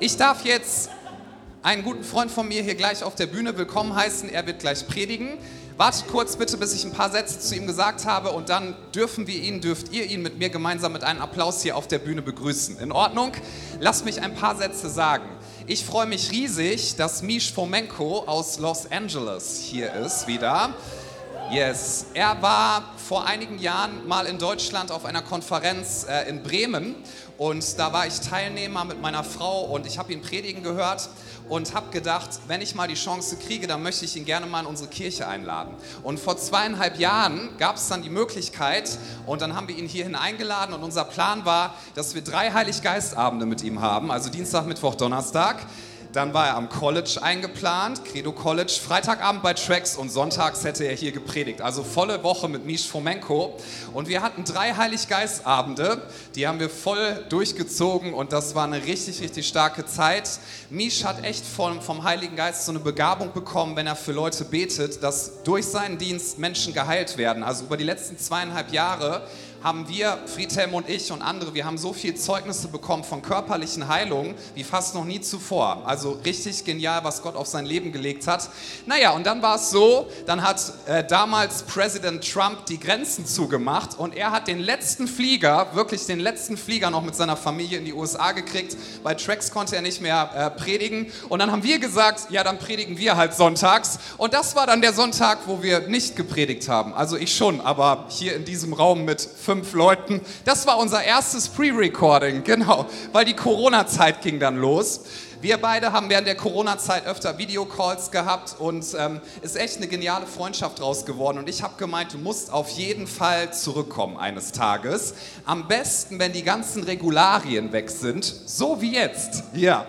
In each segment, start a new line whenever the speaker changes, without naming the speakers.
Ich darf jetzt einen guten Freund von mir hier gleich auf der Bühne willkommen heißen. Er wird gleich predigen. Wartet kurz bitte, bis ich ein paar Sätze zu ihm gesagt habe und dann dürfen wir ihn, dürft ihr ihn mit mir gemeinsam mit einem Applaus hier auf der Bühne begrüßen. In Ordnung? Lasst mich ein paar Sätze sagen. Ich freue mich riesig, dass Mish Fomenko aus Los Angeles hier ist wieder. Yes, er war vor einigen Jahren mal in Deutschland auf einer Konferenz äh, in Bremen und da war ich Teilnehmer mit meiner Frau und ich habe ihn predigen gehört und habe gedacht, wenn ich mal die Chance kriege, dann möchte ich ihn gerne mal in unsere Kirche einladen. Und vor zweieinhalb Jahren gab es dann die Möglichkeit und dann haben wir ihn hierhin eingeladen und unser Plan war, dass wir drei Heiliggeistabende mit ihm haben, also Dienstag, Mittwoch, Donnerstag. Dann war er am College eingeplant, Credo College, Freitagabend bei Tracks und sonntags hätte er hier gepredigt. Also volle Woche mit Misch Fomenko. Und wir hatten drei Heiliggeistabende, die haben wir voll durchgezogen und das war eine richtig, richtig starke Zeit. Misch hat echt vom, vom Heiligen Geist so eine Begabung bekommen, wenn er für Leute betet, dass durch seinen Dienst Menschen geheilt werden. Also über die letzten zweieinhalb Jahre haben wir, Friedhelm und ich und andere, wir haben so viel Zeugnisse bekommen von körperlichen Heilungen wie fast noch nie zuvor. Also richtig genial, was Gott auf sein Leben gelegt hat. Naja, und dann war es so, dann hat äh, damals Präsident Trump die Grenzen zugemacht und er hat den letzten Flieger, wirklich den letzten Flieger noch mit seiner Familie in die USA gekriegt. Bei Trax konnte er nicht mehr äh, predigen und dann haben wir gesagt, ja, dann predigen wir halt sonntags. Und das war dann der Sonntag, wo wir nicht gepredigt haben. Also ich schon, aber hier in diesem Raum mit fünf Leuten. Das war unser erstes Pre-Recording, genau, weil die Corona-Zeit ging dann los. Wir beide haben während der Corona-Zeit öfter Videocalls gehabt und ähm, ist echt eine geniale Freundschaft draus geworden. Und ich habe gemeint, du musst auf jeden Fall zurückkommen eines Tages. Am besten, wenn die ganzen Regularien weg sind, so wie jetzt. Ja.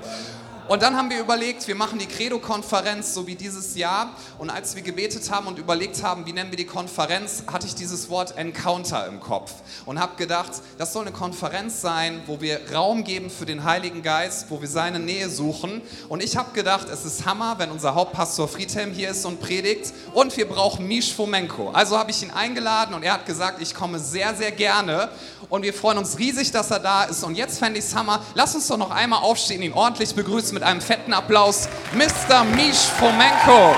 Und dann haben wir überlegt, wir machen die Credo-Konferenz so wie dieses Jahr. Und als wir gebetet haben und überlegt haben, wie nennen wir die Konferenz, hatte ich dieses Wort Encounter im Kopf und habe gedacht, das soll eine Konferenz sein, wo wir Raum geben für den Heiligen Geist, wo wir seine Nähe suchen. Und ich habe gedacht, es ist Hammer, wenn unser Hauptpastor Friedhelm hier ist und predigt. Und wir brauchen Misch Fomenko. Also habe ich ihn eingeladen und er hat gesagt, ich komme sehr, sehr gerne. Und wir freuen uns riesig, dass er da ist. Und jetzt fände ich es Hammer. Lass uns doch noch einmal aufstehen, ihn ordentlich begrüßen mit einem fetten Applaus Mr. Mish Fomenko.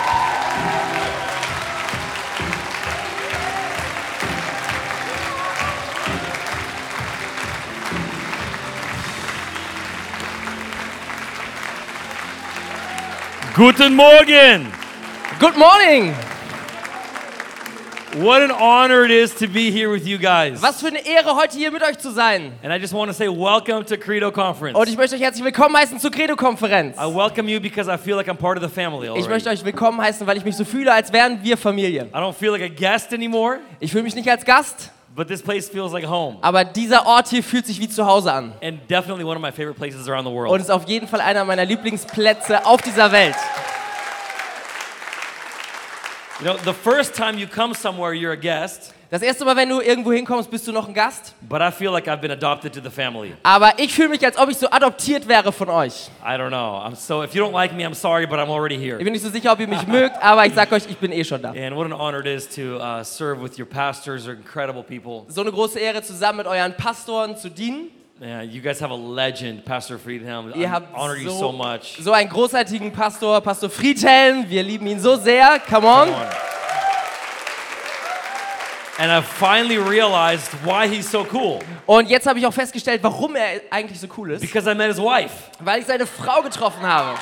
Guten Morgen.
Good morning!
What an honor it is to be here with you guys.
Was für eine Ehre, heute hier mit euch zu sein.
And I just want to say welcome to Credo Conference.
Und ich möchte euch herzlich willkommen heißen zur Credo-Konferenz.
I welcome you because I feel like I'm part of the family already.
Ich möchte euch willkommen heißen, weil ich mich so fühle, als wären wir Familie.
I don't feel like a guest anymore,
Ich fühle mich nicht als Gast,
but this place feels like home.
aber dieser Ort hier fühlt sich wie zu Hause an.
And definitely one of my favorite places around the world.
Und ist auf jeden Fall einer meiner Lieblingsplätze auf dieser Welt.
you know, the first time you come somewhere, you're a guest,
Das erste Mal, wenn du irgendwo hinkommst, bist du noch ein Gast.
but I feel like I've been adopted to the family.
Aber ich fühle mich, als ob ich so adoptiert wäre von euch.
I don't know. I'm so if you don't like me, I'm sorry, but I'm already here.
Ich bin nicht so sicher, ob ihr mich mögt, aber ich sag euch, ich bin eh schon da.
And what an honor it is to uh, serve with your pastors, are incredible people.
So eine große Ehre, zusammen mit euren Pastoren zu dienen.
Yeah, you guys have a legend, Pastor Friedhelm.
Ihr
I
habt
honor you
so-
so much.
So einen großartigen Pastor, Pastor Friedhelm. Wir lieben ihn so sehr. Come on.
And I finally realized why he's so cool.
Und jetzt habe ich auch festgestellt, warum er eigentlich so cool ist.
Because I met his wife.
Weil ich seine Frau getroffen habe.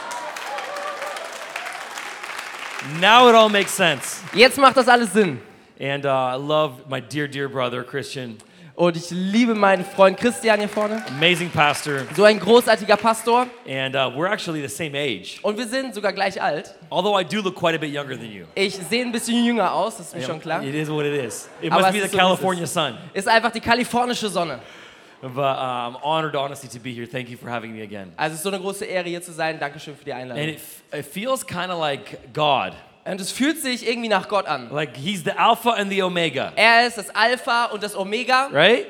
Now it all makes sense.
Jetzt macht das alles Sinn.
And uh, I love my dear, dear brother, Christian.
Und ich liebe meinen Freund Christian hier vorne.
Amazing pastor.
So ein großartiger Pastor.
And uh, we're actually the same age.
Und wir sind sogar gleich alt.
Although I do look quite a bit younger than you.
Ich sehe ein bisschen jünger aus, das ist mir schon klar.
It is what it is. It
Aber
must
es
be the
ist so, wie es
California sun.
Ist einfach die kalifornische Sonne.
But uh, I'm honored, honestly, to be here. Thank you for having me again.
Also es ist so eine große Ehre, hier zu sein. Dankeschön für die
And
Einladung.
it, f- it feels kind of like God.
Und es fühlt sich irgendwie nach Gott an.
Like he's the Alpha and the Omega,
Er ist das Alpha und das Omega,
right?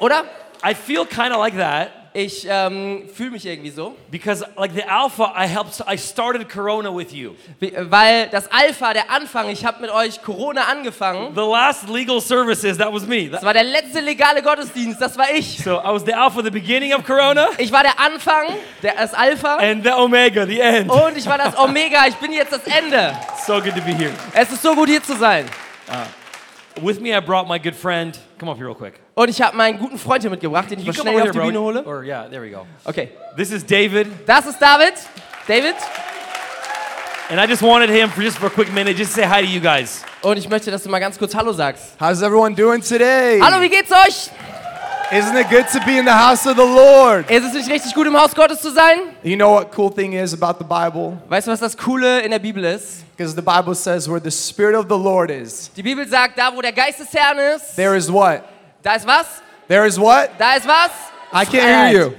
oder?
I feel kind of like that.
Ich ähm, fühle mich irgendwie so,
Because like the Alpha, I helped. I started Corona with you.
Wie- äh, weil das Alpha, der Anfang, ich habe mit euch Corona angefangen.
The last legal services, that was me.
Das war der letzte legale Gottesdienst, das war ich.
So I was the Alpha, the beginning of Corona,
Ich war der Anfang, der, das Alpha
and the Omega, the end.
und ich war das Omega, ich bin jetzt das Ende.
So good to be here.
Es ist so gut hier zu sein.
With me, I brought my good friend. Come up here real quick.
Und ich habe meinen guten Freund hier mitgebracht, den ich mal
come
schnell auf die Bühne hole.
Or yeah, there we go.
Okay,
This is David,
das ist David. David.
and I just wanted him for just for a quick minute, just to say hi to you guys.
Und ich möchte, dass du mal ganz kurz Hallo sagst.
How's everyone doing today?
Hallo, wie geht's euch?
Isn't it good to be in the house of the Lord?
Ist es nicht richtig gut, im Haus Gottes zu sein?
You know what cool thing is about the Bible?
Weißt du, was das Coole in der Bibel ist?
Because the Bible says where the Spirit of the Lord is,
Die Bibel sagt, da wo der Geist des Herrn ist,
there is what?
da ist was,
There is what?
da ist was.
I can't hear you.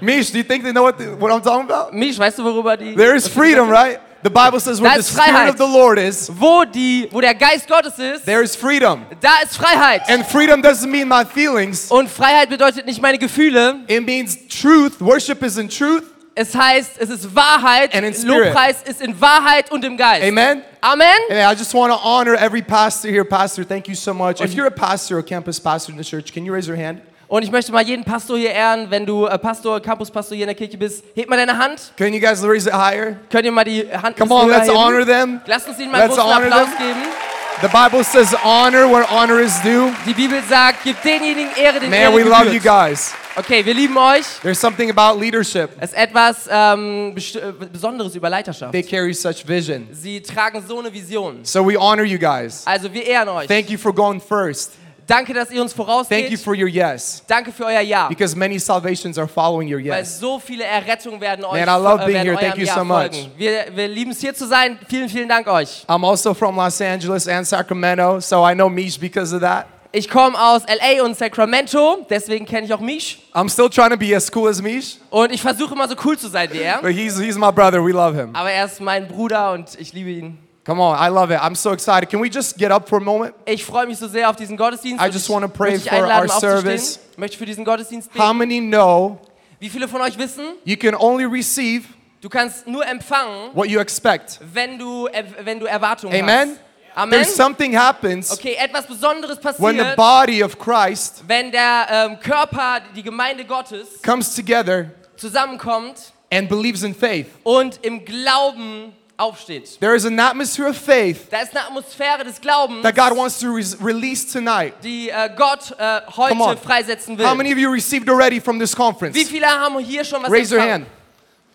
Mish, do you think they know what, the, what I'm talking about?
Misch, weißt du, worüber die...
There is freedom, right? The Bible says where the
That's Freiheit.
Spirit of the Lord is,
Wo, die, wo der Geist Gottes ist,
there is freedom.
da ist Freiheit.
And freedom doesn't mean my feelings,
Und Freiheit bedeutet nicht meine Gefühle.
it means truth. Worship is in truth.
Es heißt, es ist Wahrheit.
And in spirit.
Lobpreis ist in Wahrheit und im Geist.
Amen?
Amen.
And I just want to honor every pastor here. Pastor, thank you so much. If you're a pastor or campus pastor in the church, can you raise your hand?
Und ich möchte mal jeden Pastor hier ehren. Wenn du äh, Pastor, Campuspastor hier in der Kirche bist, heb mal deine Hand.
Can you guys raise it higher?
Könnt ihr mal die Hand
Come
ein bisschen
on, let's
höher heben?
honor them.
Lasst uns ihnen mal einen
Let's
großen
honor
Applaus
them.
geben.
The Bible says honor where honor is due.
Die Bibel sagt, gib denjenigen Ehre, den
Man,
Ehre
we love
gebührt.
you guys.
Okay, wir lieben euch.
There's something about leadership.
Es ist etwas ähm, best- äh, Besonderes über Leiterschaft.
They carry such vision.
Sie tragen so eine Vision.
So we honor you guys.
Also wir ehren euch.
Thank you for going first.
Danke, dass ihr uns vorausgeht.
Thank you for your yes.
Danke für euer Ja.
Because many salvations are following your
Weil
yes.
so viele Errettungen werden euch
Man, I love
äh,
being
werden
here.
eurem
Thank you
Ja
so much.
folgen. Wir, wir lieben es hier zu sein. Vielen, vielen Dank euch.
I'm also from Los Angeles and Sacramento, so I know Mish because of that.
Ich komme aus LA und Sacramento, deswegen kenne ich auch Mish.
I'm still trying to be as cool as Mish,
Und ich versuche immer so cool zu sein wie er.
but he's, he's my brother. We love him.
Aber er ist mein Bruder und ich liebe ihn.
Come on, I love it. I'm so excited. Can we just get up for a moment?
Ich freue mich so sehr auf diesen Gottesdienst.
I
und
just
ich
wanna pray
möchte dich
for
einladen,
our
aufzustehen.
service.
Ich möchte für diesen Gottesdienst
How
beten.
many know
Wie viele von euch wissen,
you can only receive
du kannst nur empfangen,
what you expect?
wenn du, äh, wenn du Erwartungen
Amen?
hast. Amen.
There's something happens
Okay, etwas Besonderes
when the
passiert,
body of Christ
wenn der ähm, Körper, die Gemeinde Gottes
comes together
zusammenkommt
and believes in faith.
und im Glauben aufsteht.
There is an atmosphere of faith
Da ist eine Atmosphäre des Glaubens,
that God wants to re- release tonight.
die äh, Gott äh,
Come
heute
on.
freisetzen
How
will.
many of you received already from this
Wie
conference?
viele haben hier schon was
Raise your hand.
empfangen?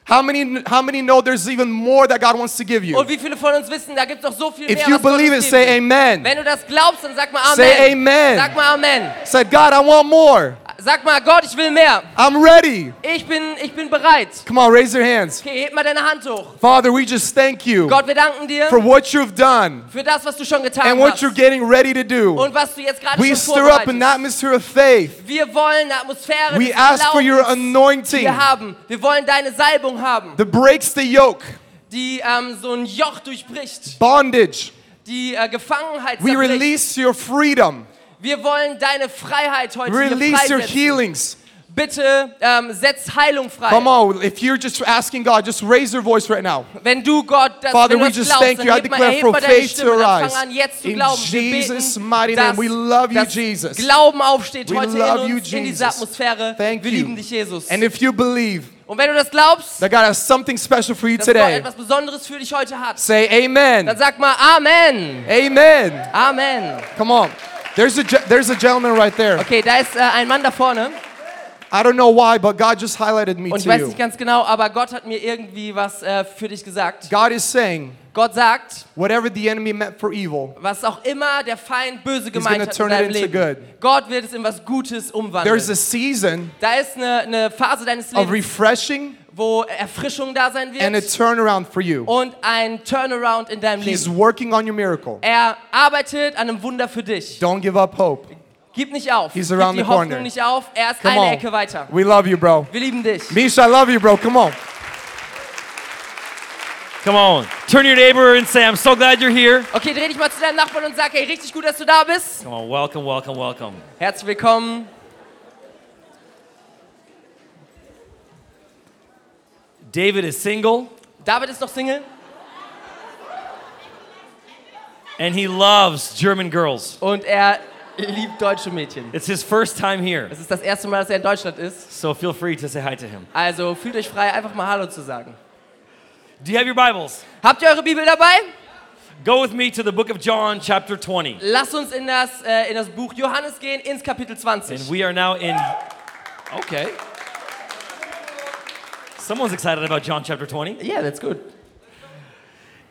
How many, how many know there's even more that God wants to give you?
Und wie viele von uns wissen, da gibt es noch so viel mehr,
If you
was Gott
believe it,
uns geben
say
will.
amen.
Wenn du das glaubst, dann sag mal Amen.
Say
Sag
amen.
mal Amen.
Say, God, I want more.
Sag mal, Gott, ich will mehr.
I'm ready.
Ich bin, ich bin bereit.
Come on, raise your hands.
Okay, heb mal deine Hand hoch.
Father, we just thank you
Gott, wir danken dir
for what you've done
für das, was du schon getan
and
hast.
what you're getting ready to do.
Und was du jetzt gerade
We
schon
stir up an
vorbereitest.
atmosphere of faith.
Wir wollen eine Atmosphäre
We
des
ask for your
Glaubens
anointing
hier haben. Wir wollen deine Salbung haben,
that breaks the yoke,
die ähm, so ein Joch durchbricht,
bondage.
die äh, Gefangenheit
We
zerbricht.
release your freedom.
Wir wollen deine Freiheit heute
We
hier
release your
freisetzen.
healings.
Bitte ähm, setz Heilung frei.
Come on, if you're just asking God, just raise your voice right now.
Wenn du Gott das,
Father,
wenn du
we
das
just
glaubst,
thank
dann
you. I
heb mal,
declare
erheb
for
mal deine
faith
Stimme
to
und dann
rise.
fang an jetzt zu
In
glauben. Wir
Jesus'
beten,
mighty
dass,
name. We love you,
dass
Jesus.
Glauben aufsteht
We
heute in
love
uns,
you,
in
Jesus.
dieser Atmosphäre.
Thank
Wir
you.
lieben dich, Jesus.
And if you believe
und wenn du das glaubst,
that God has something special for you
dass Gott
today,
etwas Besonderes für dich heute hat,
say
dann
amen.
sag mal Amen.
Amen.
Amen.
Come on. There's a, ge- there's a gentleman right there.
Okay, da ist äh, ein Mann da vorne
I don't know why, but God just highlighted me
und ich
to
weiß
you.
nicht ganz genau, aber Gott hat mir irgendwie was äh, für dich gesagt.
God is saying,
Gott sagt,
whatever the enemy meant for evil,
was auch immer der Feind böse gemeint
gonna
hat in
turn it
deinem
into
Leben, Gott wird es in was Gutes
there's
umwandeln.
a season
Da ist eine, eine Phase deines
of
Lebens,
refreshing
wo Erfrischung da sein
and a
wird
turnaround for you.
und ein Turnaround in deinem
He's
Leben.
working on your miracle.
Er arbeitet an einem Wunder für dich.
Don't give up hope.
Gib nicht auf.
He's
Gib
around
die
the corner.
Hoffnung nicht auf. Er ist
Come
eine
on.
Ecke weiter.
We love you, bro.
Wir lieben dich.
Misha, I love you, bro. Come on.
Come on, turn to your neighbor and say, "I'm so glad you're here."
Okay, dreh dich mal zu deinem Nachbarn und sag, hey, richtig gut, dass du da bist.
Come on, welcome, welcome, welcome.
Herzlich willkommen.
David is single
David ist noch Single
and he loves German girls.
und er liebt deutsche Mädchen.
It's his first time here,
Es ist das erste Mal, dass er in Deutschland ist.
so feel free to say hi to him.
Also fühlt euch frei, einfach mal Hallo zu sagen.
Do you have your Bibles?
Habt ihr eure Bibel dabei?
Go with me to the book of John, chapter 20.
Lasst uns in das, äh, in das Buch Johannes gehen, ins Kapitel 20.
And we are now in. Okay. Someone's excited about John chapter 20.
Yeah, that's good.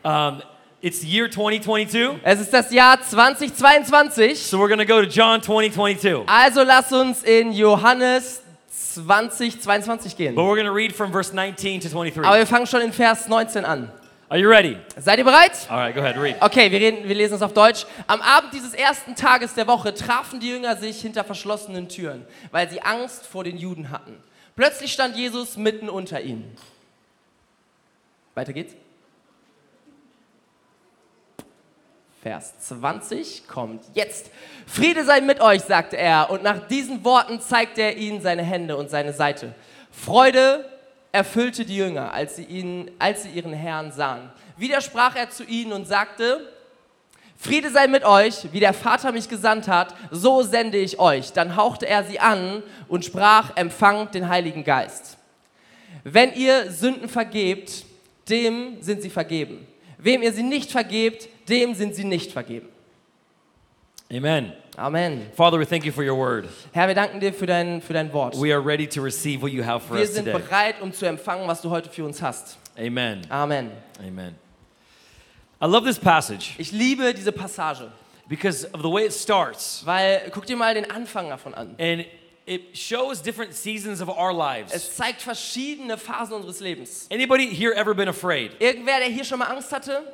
Um, it's year 2022,
Es ist das Jahr 2022.
so we're gonna go to John 2022.
Also lasst uns in Johannes 2022 gehen.
But we're gonna read from verse 19 to 23.
Aber wir fangen schon in Vers 19 an.
Are you ready?
Seid ihr bereit?
All right, go ahead, read.
Okay, wir, reden, wir lesen es auf Deutsch. Am Abend dieses ersten Tages der Woche trafen die Jünger sich hinter verschlossenen Türen, weil sie Angst vor den Juden hatten. Plötzlich stand Jesus mitten unter ihnen. Weiter geht's. Vers 20 kommt jetzt. Friede sei mit euch, sagte er, und nach diesen Worten zeigte er ihnen seine Hände und seine Seite. Freude erfüllte die Jünger, als sie, ihn, als sie ihren Herrn sahen. Wieder sprach er zu ihnen und sagte, Friede sei mit euch, wie der Vater mich gesandt hat, so sende ich euch. Dann hauchte er sie an und sprach, empfangt den Heiligen Geist. Wenn ihr Sünden vergebt, dem sind sie vergeben. Wem ihr sie nicht vergebt, dem sind sie nicht vergeben.
Amen.
Amen.
Father, we thank you for your word.
Herr, wir danken dir für dein, für dein Wort.
We are ready to receive what you have for
Wir
us
sind
today.
bereit, um zu empfangen, was du heute für uns hast.
Amen.
Amen.
Amen. I love this passage
Ich liebe diese Passage,
because of the way it starts.
weil guck dir mal den Anfang davon an.
And it shows different seasons of our lives.
Es zeigt verschiedene Phasen unseres Lebens.
Anybody here ever been afraid?
Irgendwer, der hier schon mal Angst hatte,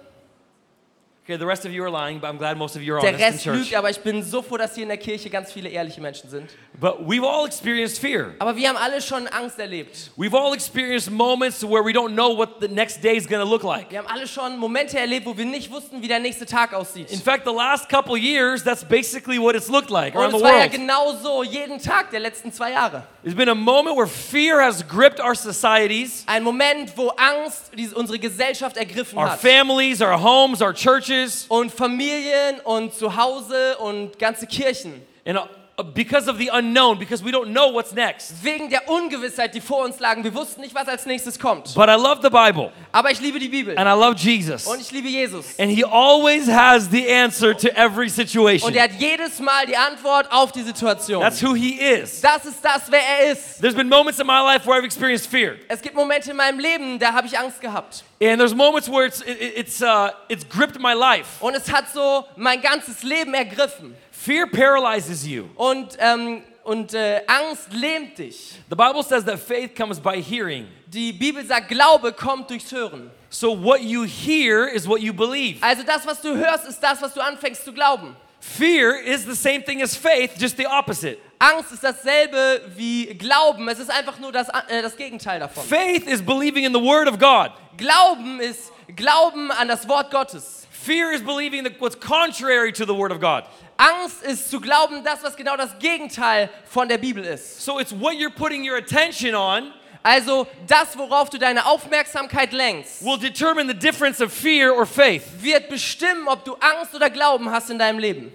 Okay, the rest of you are lying, but I'm glad most of you are
der
honest in
Rest lügt,
church.
aber ich bin so froh, dass hier in der Kirche ganz viele ehrliche Menschen sind.
But we've all experienced fear.
Aber wir haben alle schon Angst erlebt.
We've all experienced moments where we don't know what the next day is going to look like.
Wir haben alle schon Momente erlebt, wo wir nicht wussten, wie der nächste Tag aussieht.
In fact, the last couple years, that's basically what it's looked like around
Und
the
es war ja
world.
genau so jeden Tag der letzten zwei Jahre.
There's been a moment where fear has gripped our societies,
Ein Moment, wo Angst diese- unsere Gesellschaft ergriffen
our
hat.
families, our homes, our churches,
Und Familien und Zuhause und ganze Kirchen.
and uh, because of the unknown, because we don't know what's next.
Wegen der Ungewissheit, die vor uns lagen. Wir wussten nicht, was als nächstes kommt.
But I love the Bible
Aber ich liebe die Bibel.
and I love Jesus.
Und ich liebe Jesus.
And he always has the answer to every
Und
situation.
er hat jedes Mal die Antwort auf die Situation.
That's who he is.
Das ist das, wer er ist.
There's been moments in my life where I've experienced fear,
Es gibt Momente in meinem Leben, da habe ich Angst gehabt.
and there's moments where it's it, it- it's uh, it's gripped my life.
Und es hat so mein ganzes Leben ergriffen.
Fear paralyzes you.
Und, ähm, und äh, Angst lähmt dich.
The Bible says that faith comes by hearing.
Die Bibel sagt, Glaube kommt durchs Hören.
So what you hear is what you believe.
Also das, was du hörst, ist das, was du anfängst zu glauben.
Fear is the same thing as faith, just the opposite.
Angst ist dasselbe wie Glauben. Es ist einfach nur das, äh, das Gegenteil davon.
Faith is believing in the word of God.
Glauben ist Glauben an das Wort Gottes.
Fear is believing the, what's contrary to the word of God.
Angst ist zu glauben, das, was genau das Gegenteil von der Bibel ist.
So it's what you're putting your attention on
Also das, worauf du deine Aufmerksamkeit lenkst,
will determine the difference of fear or faith.
wird bestimmen, ob du Angst oder Glauben hast in deinem Leben.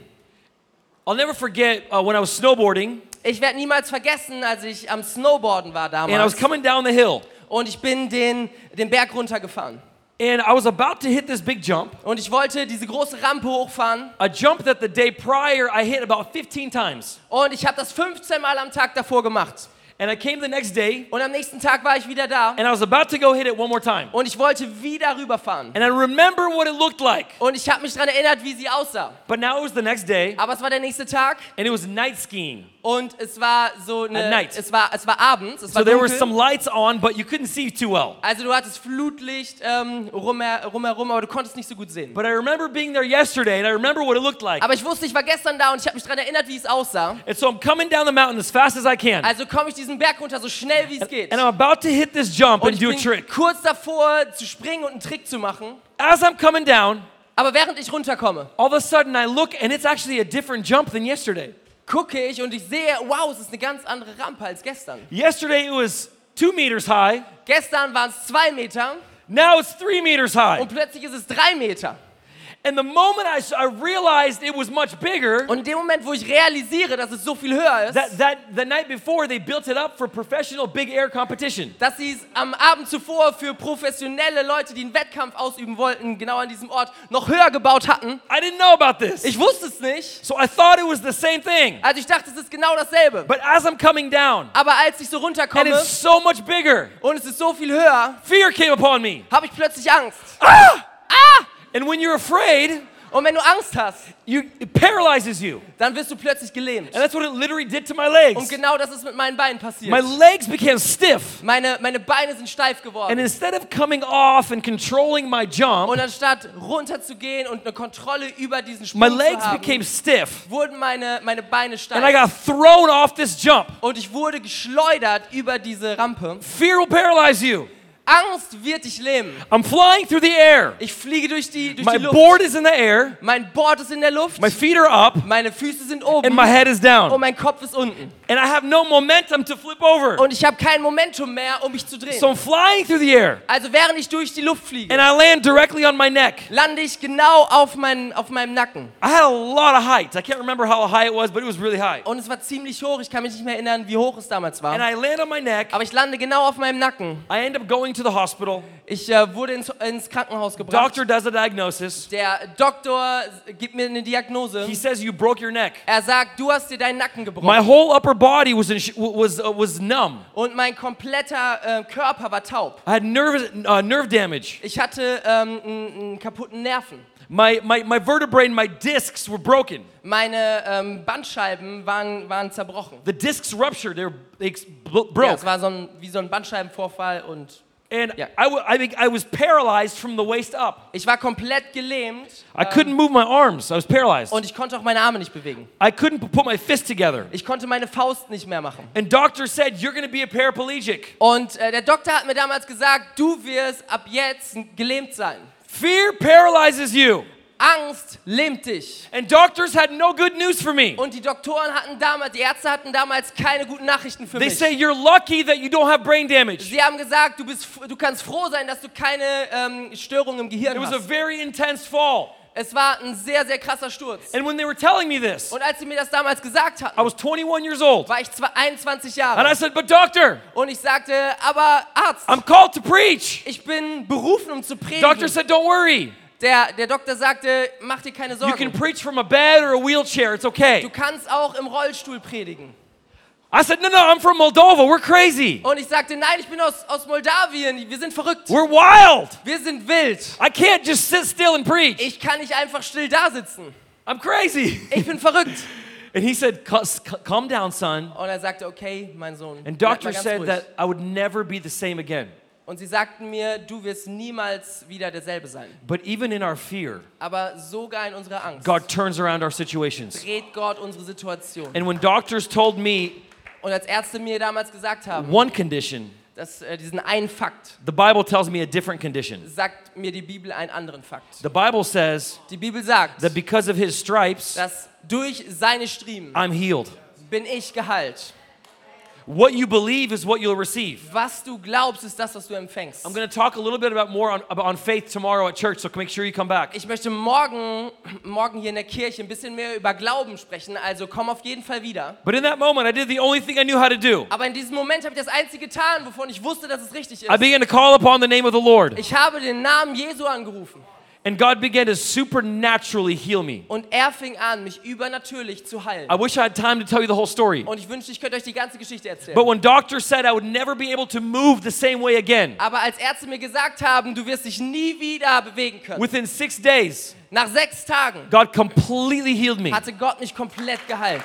I'll never forget uh, when I was snowboarding
Ich werde niemals vergessen, als ich am Snowboarden war
and I was
damals
coming down the hill
und ich bin den, den Berg runtergefahren.
and I was about to hit this big jump,
Und ich wollte diese große Rampe hochfahren
a jump that the day prior I hit about 15 times.
und ich habe das 15 Mal am Tag davor gemacht.
And I came the next day
Und am nächsten Tag war ich wieder da
and I was about to go hit it one more time.
und ich wollte wieder rüberfahren.
And I remember what it looked like.
Und ich habe mich daran erinnert, wie sie aussah.
But now it was the next day
Aber es war der nächste Tag
and it was night skiing.
und es war so
At
eine,
night.
es war es war abends, es
So
war
there were
dunkel.
some lights on, but you couldn't see too well.
Also du hattest Flutlicht ähm, rumher, rumherum, aber du konntest nicht so gut sehen.
But I remember being there yesterday and I remember what it looked like.
Aber ich wusste, ich war gestern da und ich habe mich daran erinnert, wie es aussah.
And so I'm coming down the mountain as fast as I can.
Also komme ich diesen Berg runter so schnell wie es geht.
And I'm about to hit this jump
Und
and
ich
do a
bin
trick.
kurz davor zu springen und einen Trick zu machen.
As I'm coming down,
Aber während ich runterkomme,
all of a sudden I look and it's actually a different jump than yesterday.
gucke ich und ich sehe, wow, es ist eine ganz andere Rampe als gestern.
Yesterday it was two meters high.
Gestern waren es zwei Meter
Now it's three meters high.
und plötzlich ist es drei Meter.
And the moment I, s- I realized it was much bigger,
Und in dem Moment, wo ich realisiere, dass es so viel höher
that,
ist,
that the night before they built it up for professional big air competition.
dass sie es am Abend zuvor für professionelle Leute, die einen Wettkampf ausüben wollten, genau an diesem Ort, noch höher gebaut hatten.
I didn't know about this.
Ich wusste es nicht.
So I thought it was the same thing.
Also ich dachte, es ist genau dasselbe.
But as I'm coming down,
Aber als ich so
and
runterkomme
it's so much bigger,
und es ist so viel höher,
fear came upon me.
habe ich plötzlich Angst.
And when you're afraid,
Und wenn du Angst hast,
you, it paralyzes you.
dann wirst du plötzlich gelähmt.
And that's what it literally did to my
Und
legs.
genau das ist mit meinen Beinen
My
passiert.
legs became stiff.
Meine, meine Beine sind steif
And
geworden.
instead of coming off and controlling my
Und
jump,
anstatt runterzugehen und eine Kontrolle über diesen Sprung
my legs
zu haben,
became stiff.
wurden meine, meine
And
Beine
I
steif.
got thrown off this jump.
Und ich wurde geschleudert über diese Rampe.
Fear will paralyze you.
Angst wird dich lähmen.
I'm flying through the air.
Ich fliege durch die, durch
My
die Luft.
board is in the air.
Mein Board ist in der Luft.
My feet are up.
Meine Füße sind oben.
And my head is
Und
down.
mein Kopf ist unten.
And I have no momentum to flip over.
Und ich habe kein Momentum mehr, um mich zu drehen.
So I'm flying through the air.
Also während ich durch die Luft
And
fliege,
I land directly on my neck.
lande ich genau auf, meinen, auf meinem Nacken.
I had a lot of height. I can't remember how high it was, but it was really high.
Und es war ziemlich hoch. Ich kann mich nicht mehr erinnern, wie hoch es damals
And
war.
I land on my neck.
Aber ich lande genau auf meinem Nacken.
I end up going to the hospital.
Ich äh, wurde ins, ins Krankenhaus gebracht.
Doctor does a diagnosis.
Der Doktor gibt mir eine Diagnose.
He says you broke your neck.
Er sagt, du hast dir deinen Nacken
My
gebrochen.
whole upper body was in sh- w- was uh, was numb.
Und mein kompletter äh, Körper war taub.
I had nerve uh, nerve damage.
Ich hatte ähm, einen, einen kaputten Nerven.
My, my my vertebrae and my discs were broken.
Meine ähm, Bandscheiben waren, waren zerbrochen.
The discs ruptured. They were they ex- bl-
Ja,
broke.
es war so ein, wie so ein Bandscheibenvorfall und
and
yeah.
I, w- I, think I was paralyzed from the waist up.
ich war komplett gelähmt
I couldn't move my arms. I was paralyzed.
und ich konnte auch meine Arme nicht bewegen.
I couldn't p- put my fist together.
Ich konnte meine Faust nicht mehr machen.
And doctor said you're going to be a paraplegic.
Und äh, der Doktor hat mir damals gesagt, du wirst ab jetzt gelähmt sein.
Fear paralyzes you.
Angst lähmt dich.
And doctors had no good news for me.
Und die Doktoren hatten damals, die Ärzte hatten damals keine guten Nachrichten für
They
mich.
say you're lucky that you don't have brain damage.
Sie haben gesagt, du, bist, f- du kannst froh sein, dass du keine ähm, Störung im
It
Gehirn
was a
hast.
very intense fall.
Es war ein sehr, sehr krasser Sturz.
And when they were telling me this,
Und als sie mir das damals gesagt
I
hatten,
was 21 years old.
war ich zwar 21
And I
Jahre.
said, But doctor,
Und ich sagte, aber Arzt,
I'm called to preach.
ich bin berufen, um zu predigen.
Doctor said, Don't worry.
Der, der Doktor sagte, mach dir keine
You can
Sorgen.
preach from a bed or a wheelchair. It's okay.
Du kannst auch im Rollstuhl predigen.
I said, No, no, I'm from Moldova. We're crazy.
Und ich sagte, nein, ich bin aus, aus Moldawien. Wir sind verrückt.
We're wild.
Wir sind wild.
I can't just sit still and preach.
Ich kann nicht einfach still da sitzen.
I'm crazy.
Ich bin verrückt.
And he said, "Cus- c- Calm down, son.
Und er sagte, okay, mein Sohn.
And
bleib
doctor
mal ganz
said
ruhig.
that I would never be the same again.
Und sie sagten mir, du wirst niemals wieder derselbe sein.
But even in our fear,
Aber sogar in unserer Angst
God turns around our situations.
dreht Gott unsere Situation.
And when doctors told me
Und als Ärzte mir damals gesagt haben,
one condition,
dass äh, diesen einen Fakt,
the Bible tells me a different condition.
sagt mir die Bibel einen anderen Fakt.
The Bible says
Die Bibel sagt,
that because of his stripes,
dass durch seine Striemen
I'm healed.
bin ich geheilt.
What you believe is what you'll receive.
Was du glaubst, ist das, was du empfängst.
I'm going to talk a little bit about more on, about- on faith tomorrow at church, so make sure you come back.
Ich möchte morgen, morgen hier in der Kirche ein bisschen mehr über Glauben sprechen, also komm auf jeden Fall wieder.
But in that moment, I did the only thing I knew how to do.
Aber in diesem Moment habe ich das Einzige getan, wovon ich wusste, dass es richtig
I
ist.
began to call upon the name of the Lord,
Ich habe den Namen Jesu angerufen
and God began to supernaturally heal me.
und er fing an, mich übernatürlich zu heilen.
I wish I had time to tell you the whole story.
Und ich wünschte, ich könnte euch die ganze Geschichte erzählen.
But when doctors said I would never be able to move the same way again,
Aber als Ärzte mir gesagt haben, du wirst dich nie wieder bewegen können,
within six days,
nach sechs Tagen
God completely healed me.
hatte Gott mich komplett geheilt.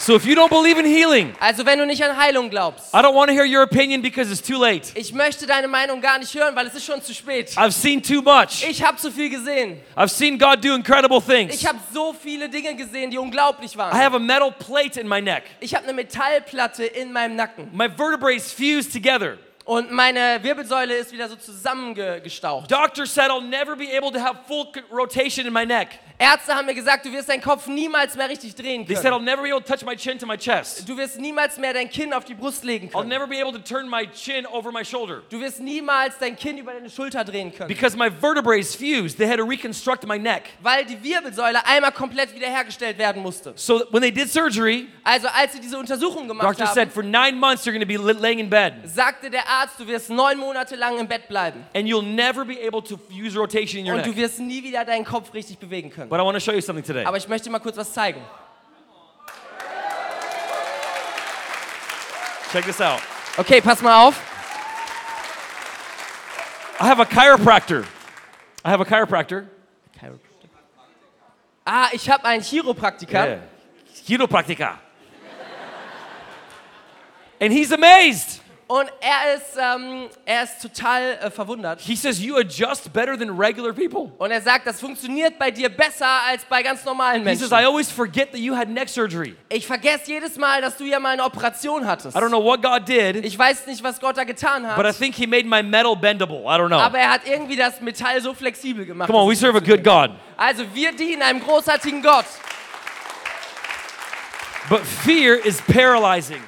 So if you don't believe in healing,
Also wenn du nicht an Heilung glaubst,
I don't want to hear your opinion because it's too late.
ich möchte deine Meinung gar nicht hören, weil es ist schon zu spät.
I've seen too much.
Ich habe zu viel gesehen.
I've seen God do incredible things.
Ich habe so viele Dinge gesehen, die unglaublich
I
waren.
have a metal plate in my neck.
Ich habe eine Metallplatte in meinem Nacken
My vertebrae is fused together.
und meine Wirbelsäule ist wieder so zusammengestaucht.
Doctor said I'll never be able to have full c- rotation in my neck.
Ärzte haben mir gesagt, du wirst deinen Kopf niemals mehr richtig drehen
They said,
können.
I'll never be able to touch my chin to my chest.
Du wirst niemals mehr dein Kinn auf die Brust legen
I'll
können.
never be able to turn my chin over my shoulder.
Du wirst niemals dein Kinn über deine Schulter drehen können,
Because my vertebrae is fused, they had to reconstruct my neck.
weil die Wirbelsäule einmal komplett wiederhergestellt werden musste.
So when they did surgery,
Also als sie diese Untersuchung gemacht
doctor said,
haben,
for nine months you're going to be li- laying in bed,
sagte der Arzt, du wirst neun Monate lang im Bett bleiben
and you'll never be able to use rotation in your
und du
neck.
wirst nie wieder deinen Kopf richtig bewegen können.
But I want to show you something today.
Aber ich möchte mal kurz was zeigen.
Check this out.
Okay, pass mal auf.
I have a chiropractor. I have a chiropractor.
Ah, ich habe einen Chiropraktiker.
Yeah. Chiropractica. And he's amazed.
Und er ist, ähm, er ist total äh, verwundert.
He says, You adjust better than regular people.
Und er sagt, das funktioniert bei dir besser als bei ganz normalen
He says, I
Menschen.
always forget that you had neck surgery.
Ich vergesse jedes Mal, dass du ja mal eine Operation hattest.
I don't know what God did,
Ich weiß nicht, was Gott da getan
but I
hat,
think He made my metal bendable. I don't know.
aber er hat irgendwie das Metall so flexibel gemacht.
Come on,
dass
we
es
serve a good
funktioniert.
God.
Also wir dienen einem großartigen Gott.
But fear is paralyzing.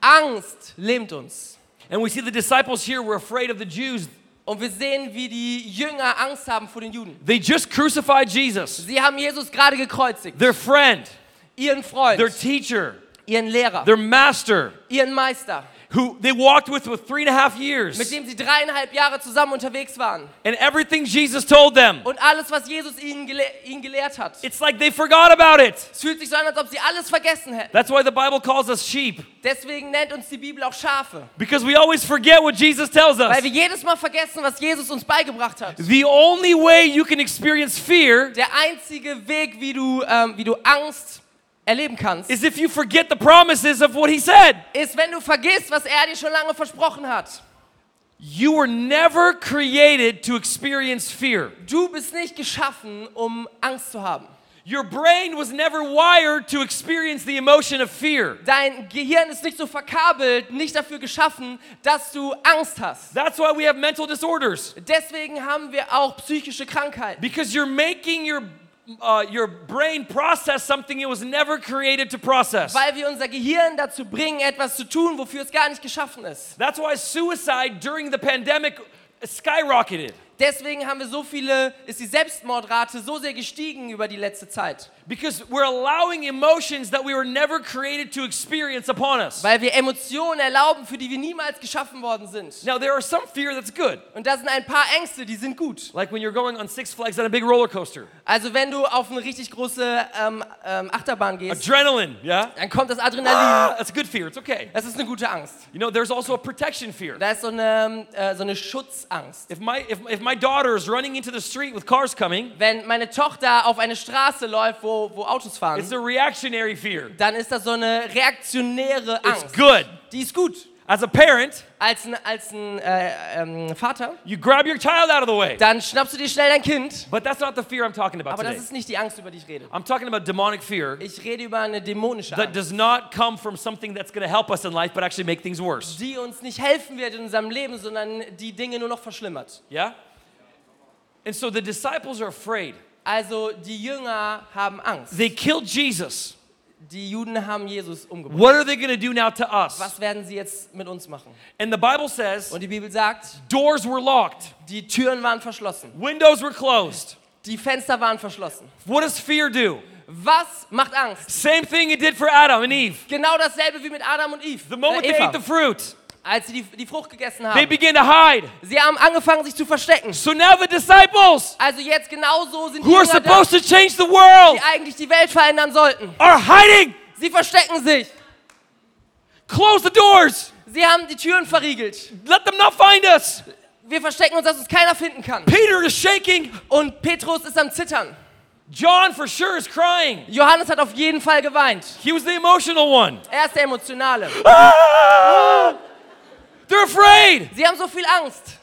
Angst lähmt uns.
And we see the disciples here were afraid of the Jews.
Und wir sehen, wie die Jünger Angst haben vor den Juden.
They just crucified Jesus,
Sie haben Jesus gerade gekreuzigt.
their friend,
Ihren
their
Freund,
teacher,
ihren Lehrer,
their master,
ihren Meister,
who they walked with for three and a half
mit
years.
dem sie dreieinhalb Jahre zusammen unterwegs waren.
And everything Jesus told them,
Und alles, was Jesus ihnen, gele ihnen gelehrt hat.
it's like they forgot about it.
Es fühlt sich so an, als ob sie alles vergessen hätten.
That's why the Bible calls us sheep,
Deswegen nennt uns die Bibel auch Schafe.
because we always forget what Jesus tells us.
Weil wir jedes Mal vergessen, was Jesus uns beigebracht hat.
The only way you can experience fear
Der einzige Weg, wie du, ähm, wie du Angst erleben kannst,
is if you forget the promises of what he said.
ist, wenn du vergisst, was er dir schon lange versprochen hat.
You were never created to experience fear.
Du bist nicht geschaffen, um Angst zu haben.
Your brain was never wired to experience the emotion of fear.
Dein Gehirn ist nicht so verkabelt, nicht dafür geschaffen, dass du Angst hast.
That's why we have mental disorders
Deswegen haben wir auch psychische Krankheiten.
because you're making your uh, your brain process something it was never created to process.
Weil wir unser Gehirn dazu bringen, etwas zu tun, wofür es gar nicht geschaffen ist.
That's why suicide during the pandemic skyrocketed
Deswegen haben wir so viele, ist die Selbstmordrate so sehr gestiegen über die letzte Zeit.
because we're allowing emotions that we were never created to experience upon us.
Weil wir Emotionen erlauben, für die wir niemals geschaffen worden sind.
Now, there are some fear that's good,
Und da sind ein paar Ängste, die sind gut.
like when you're going on Six Flags on a big roller coaster.
Also wenn du auf eine richtig große ähm, ähm, Achterbahn gehst,
Adrenaline, yeah? Ah,
dann kommt das Adrenalin.
That's a good fear, it's okay.
Das ist eine gute Angst.
You know, there's also a protection fear.
Da ist so eine, äh, so eine Schutzangst.
If my, if, if my daughter is running into the street with cars coming,
Wenn meine Tochter auf eine Straße läuft, wo, wo Autos
it's
fahren,
a reactionary fear.
dann ist das so eine reaktionäre
It's
Angst.
good.
Die ist gut.
As a parent,
Als ein, als ein äh, ähm, Vater,
you grab your child out of the way.
dann schnappst du dir schnell dein Kind.
But that's not the fear I'm talking about
Aber das
today.
ist nicht die Angst, über die ich rede.
I'm talking about demonic fear
Ich rede über eine dämonische
that
Angst,
does not come from something that's going to help us in life, but actually make things worse.
die uns nicht helfen wird in unserem Leben, sondern die Dinge nur noch verschlimmert.
Yeah? And so the disciples are afraid.
Also die Jünger haben Angst.
They killed Jesus.
Die Juden haben Jesus umgebracht.
What are they going to do now to us?
Was werden sie jetzt mit uns machen?
And the Bible says
Und die Bibel sagt,
doors were locked,
die Türen waren verschlossen,
windows were closed.
die Fenster waren verschlossen.
What does fear do?
Was macht Angst?
Same thing it did for Adam and Eve.
Genau dasselbe wie mit Adam und Eve.
The moment
äh,
they
Eva,
ate the fruit,
als sie die, die Frucht gegessen
they
haben.
began to hide.
Sie haben angefangen, sich zu verstecken.
So now the disciples,
Also jetzt genauso sind die
who are
Jünger da,
supposed to change the world,
die eigentlich die Welt verändern sollten.
are hiding.
Sie verstecken sich.
Close the doors.
Sie haben die Türen verriegelt.
Let them not find us.
Wir verstecken uns, dass uns keiner finden kann.
Peter is shaking.
Und Petrus ist am Zittern.
John for sure is crying.
Johannes hat auf jeden Fall geweint.
He was the emotional one.
Er ist der Emotionale.
Ah! They're afraid.
Sie haben so viel Angst.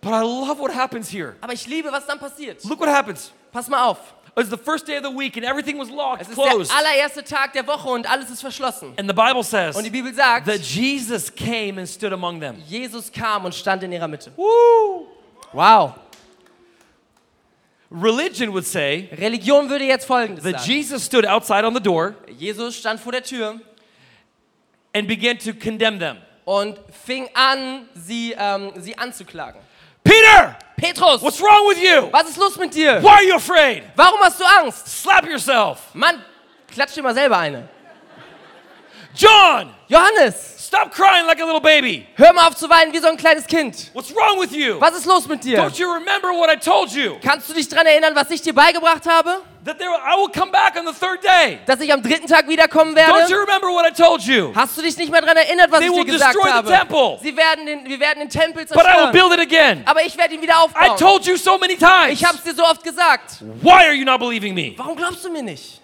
But I love what happens here.
Aber ich liebe, was dann passiert.
Look what happens.
Pass mal auf.
It was the first day of the week and everything was locked,
Es ist
closed.
der allererste Tag der Woche und alles ist verschlossen.
And the Bible says
Und die Bibel sagt,
that Jesus came and stood among them.
Jesus kam und stand in ihrer Mitte.
Woo!
Wow.
Religion would say
Religion würde jetzt folgendes
that
sagen.
Jesus stood outside on the door
Jesus stand vor der Tür
and began to condemn them.
und fing an, sie, ähm, sie anzuklagen.
Peter,
Petrus,
what's wrong with you?
was ist los mit dir?
Why are you afraid?
Warum hast du Angst?
Slap yourself.
Mann, klatsch dir mal selber eine.
John,
Johannes,
stop crying like a little baby.
hör mal auf zu weinen wie so ein kleines Kind.
What's wrong with you?
Was ist los mit dir?
Don't you remember what I told you?
Kannst du dich daran erinnern, was ich dir beigebracht habe?
That there, I will come back on the third day.
Dass ich am dritten Tag wiederkommen
Don't
werde?
you remember what I told you?
Hast du dich nicht mehr daran erinnert, was
They
ich dir
will
gesagt
destroy the temple.
habe? Sie werden den, wir werden den Tempel
But I will
zerstören.
build it again.
Aber ich werde ihn wieder
I
aufbauen.
told you so many times.
Ich hab's dir so oft gesagt.
Why are you not believing me?
Warum glaubst du mir nicht?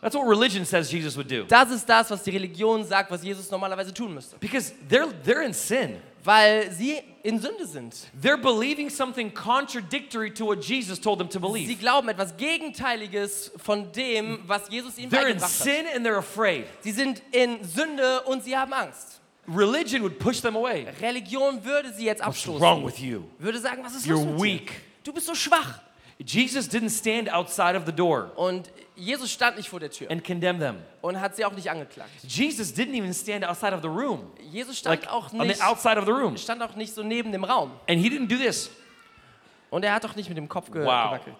That's what religion says Jesus would do.
Das ist das, was die Religion sagt, was Jesus normalerweise tun müsste.
Because they're, they're in sin.
Weil sie in Sünde sind.
They're believing something contradictory to what Jesus told them to
Sie
believe.
glauben etwas Gegenteiliges von dem, was Jesus ihnen
They're in
beigebracht hat.
sin and they're afraid.
Sie sind in Sünde und sie haben Angst.
Religion would push them away.
Religion würde sie jetzt
What's wrong
abstoßen.
with you?
Würde sagen, was ist los
You're
mit dir?
weak.
Du bist so schwach.
Jesus didn't stand outside of the door
Und Jesus stand nicht vor der Tür
and condemn them.
und hat sie auch nicht angeklagt.
Jesus didn't even stand outside of the room.
Jesus stand
Like
auch
on
nicht
the outside of the room.
stand auch nicht so neben dem Raum.
And he didn't do this.
Und er hat auch nicht mit dem Kopf ge
Wow.
gewackelt.